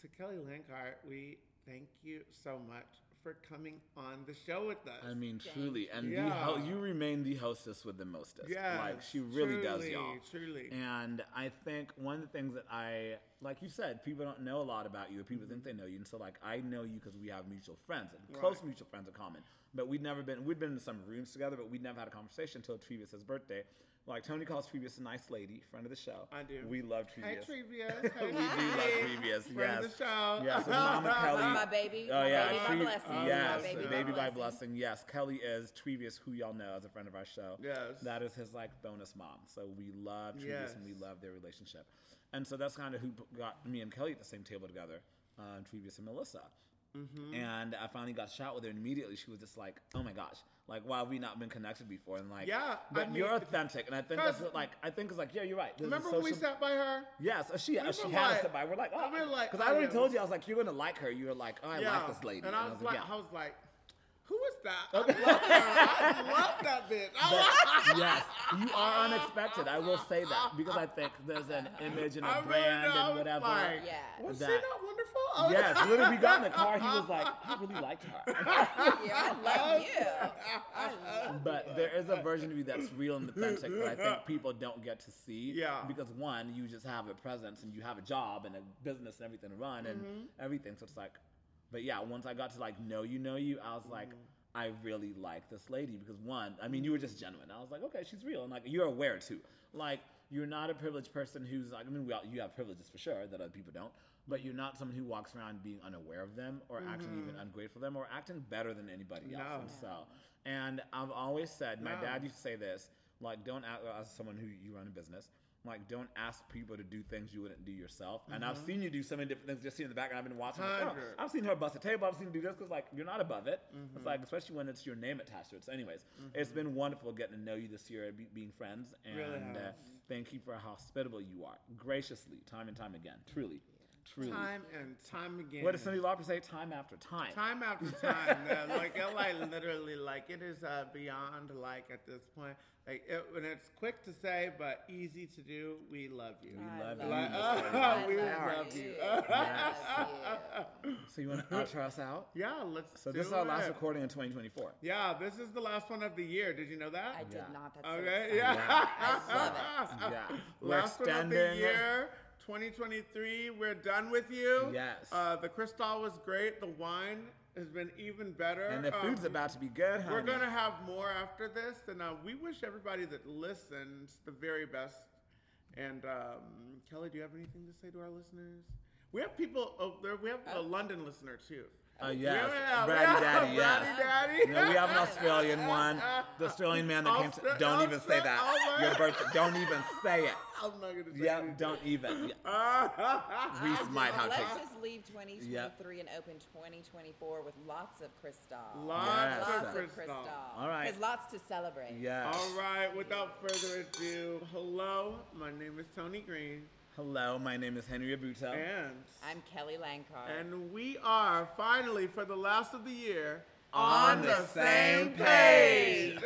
B: to Kelly Lankart, we thank you so much for coming on the show with us.
A: I mean, truly, and
B: you.
A: the ho-
B: Yeah.
A: you remain the hostess with the mostest.
B: Yes,
A: like she really does,
B: truly,
A: y'all.
B: truly.
A: And I think one of the things that I, like you said, people don't know a lot about you. People think they know you, and so like I know you because we have mutual friends and close mutual friends in common. But we'd never been. We'd been in some rooms together, but we'd never had a conversation until Trevius's birthday. Like Tony calls Trevius a nice lady, friend of the show.
B: I do.
A: We love
B: Hi,
A: Trevius.
B: Trevious. Hi,
A: we do love
B: Trevious.
A: Trevius.
B: Friend
A: yes.
B: of the show.
A: Yes, and Mama Kelly.
C: My baby,
A: Oh
C: my
A: yeah,
C: baby by
A: Tre-
C: blessing. My
A: Yes,
C: baby
A: the
C: by
A: baby by
C: blessing.
A: blessing. Yes, Kelly is Trevious, who y'all know as a friend of our show.
B: Yes.
A: that is his like bonus mom. So we love Trevious and we
B: Yes.
A: love their relationship, and so that's kind of who p- got me and Kelly at the same table together, um, Trevious and Melissa.
B: Mm-hmm.
A: And I finally got shot with her, and immediately she was just like, "Oh my gosh, like why have we not been connected before?" And like,
B: Yeah, I
A: but
B: mean,
A: you're authentic, and I think that's
B: because-
A: what like I think it's like, yeah, you're right. There's a
B: Remember when we
A: social-
B: sat by her?
A: Yes, uh, she, uh,
B: were
A: she had
B: like-
A: us somebody. We're like, oh,
B: we were like,
A: because I
B: oh,
A: already
B: yeah.
A: told you, I was like, you're gonna like her. You were like, oh, I like this lady.
B: And I was like,
A: yeah.
B: I was like, who was that? I love her. I love that bitch. I
A: But,
B: love
A: yes, you are unexpected. I will say that because I think there's an image and a
B: I really
A: brand
B: know. I
A: and
B: was
A: whatever.
B: Like,
C: Yeah.
B: Was she
A: That-
B: not wonderful? I was
A: Yes,
B: like-
A: literally, we got in the car. He was like, I really liked her.
C: Yeah, I love you.
A: But there is a version of you that's real and authentic that I think people don't get to see.
B: Yeah.
A: Because one, you just have a presence and you have a job and a business and everything to run and
B: Mm-hmm.
A: everything. So it's like, but yeah, once I got to like know you, know you, I was like,
B: Mm-hmm.
A: I really like this lady because one, I mean, you were just genuine. I was like, okay, she's real, and like you're aware too. Like you're not a privileged person who's like, I mean, we all, you have privileges for sure that other people don't. But you're not someone who walks around being unaware of them or acting even ungrateful to them or acting better than anybody else.
B: Mm-hmm. No.
A: And so, and I've always said, my
B: No.
A: dad used to say this, like, don't ask, as someone who you run a business, like, don't ask people to do things you wouldn't do yourself. And I've seen you do so many different things just here in the background. I've been watching. like, oh,
B: Mm-hmm. Hundred.
A: I've seen her bust a table. I've seen her do this because, like, you're not above it. It's
B: Mm-hmm.
A: like, especially when it's your name attached to it. So, anyways, it's been wonderful getting to know you this year, be, being friends, and
B: Really
A: uh,
B: has.
A: thank you for how hospitable you are, graciously, time and time again, truly, truly.
B: Time and time again.
A: What does Cindy Lauper say? Time after time.
B: Time after time, man. like LA, literally, like it is uh, beyond like at this point. Like it, and it's quick to say, but easy to do. We love you.
A: We love you.
B: Like,
A: Miss
B: oh,
A: Cindy.
B: we
C: I
B: love you.
A: So you want to outro us out?
B: Yeah, let's.
A: So
B: do
A: this is our last
B: it.
A: recording in 2024.
B: Yeah, this is the last one of the year. Did you know that?
C: I did
A: Yeah.
C: not. That's
B: Okay.
C: so
B: Yeah.
C: exciting. I love
A: it. Yeah. We're
B: Last one of the
A: extending-
B: year, 2023. We're done with you.
A: Yes.
B: Uh, the crystal was great. The wine has been even better.
A: And the
B: Um,
A: food's about to be good, honey.
B: We're gonna have more after this, and uh, we wish everybody that listens the very best. And um, Kelly, do you have anything to say to our listeners? We have people. Oh, there, we have a London listener too.
A: Oh, yes.
B: Yeah,
A: Ratty
B: yeah,
A: Daddy, yes.
B: Ratty Daddy.
A: No, we have an Australian one. The Australian man that came to.
B: Austra-
A: Don't even say
B: Austra-
A: that. Your birthday. Don't even say it.
B: I'm not gonna. say
A: Yeah,
B: anything.
A: don't even. Yeah. Reese
C: it.
A: might have
C: Let's
A: taken.
C: just leave 2023 and open 2024 with lots of crystal.
B: Lots
A: Yes.
C: Lots
B: of
C: of
B: crystal.
C: crystal.
A: All right.
C: There's lots to celebrate.
A: Yes.
B: All right. Without further ado, hello. My name is Tony Green,
A: Hello, my name is Henry Abuto.
B: and
C: I'm Kelly Langkar.
B: and we are finally for the last of the year
A: On the same page.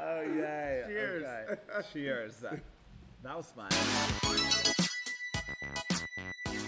A: Oh, yay.
B: Cheers.
A: Okay. Cheers. That was fun.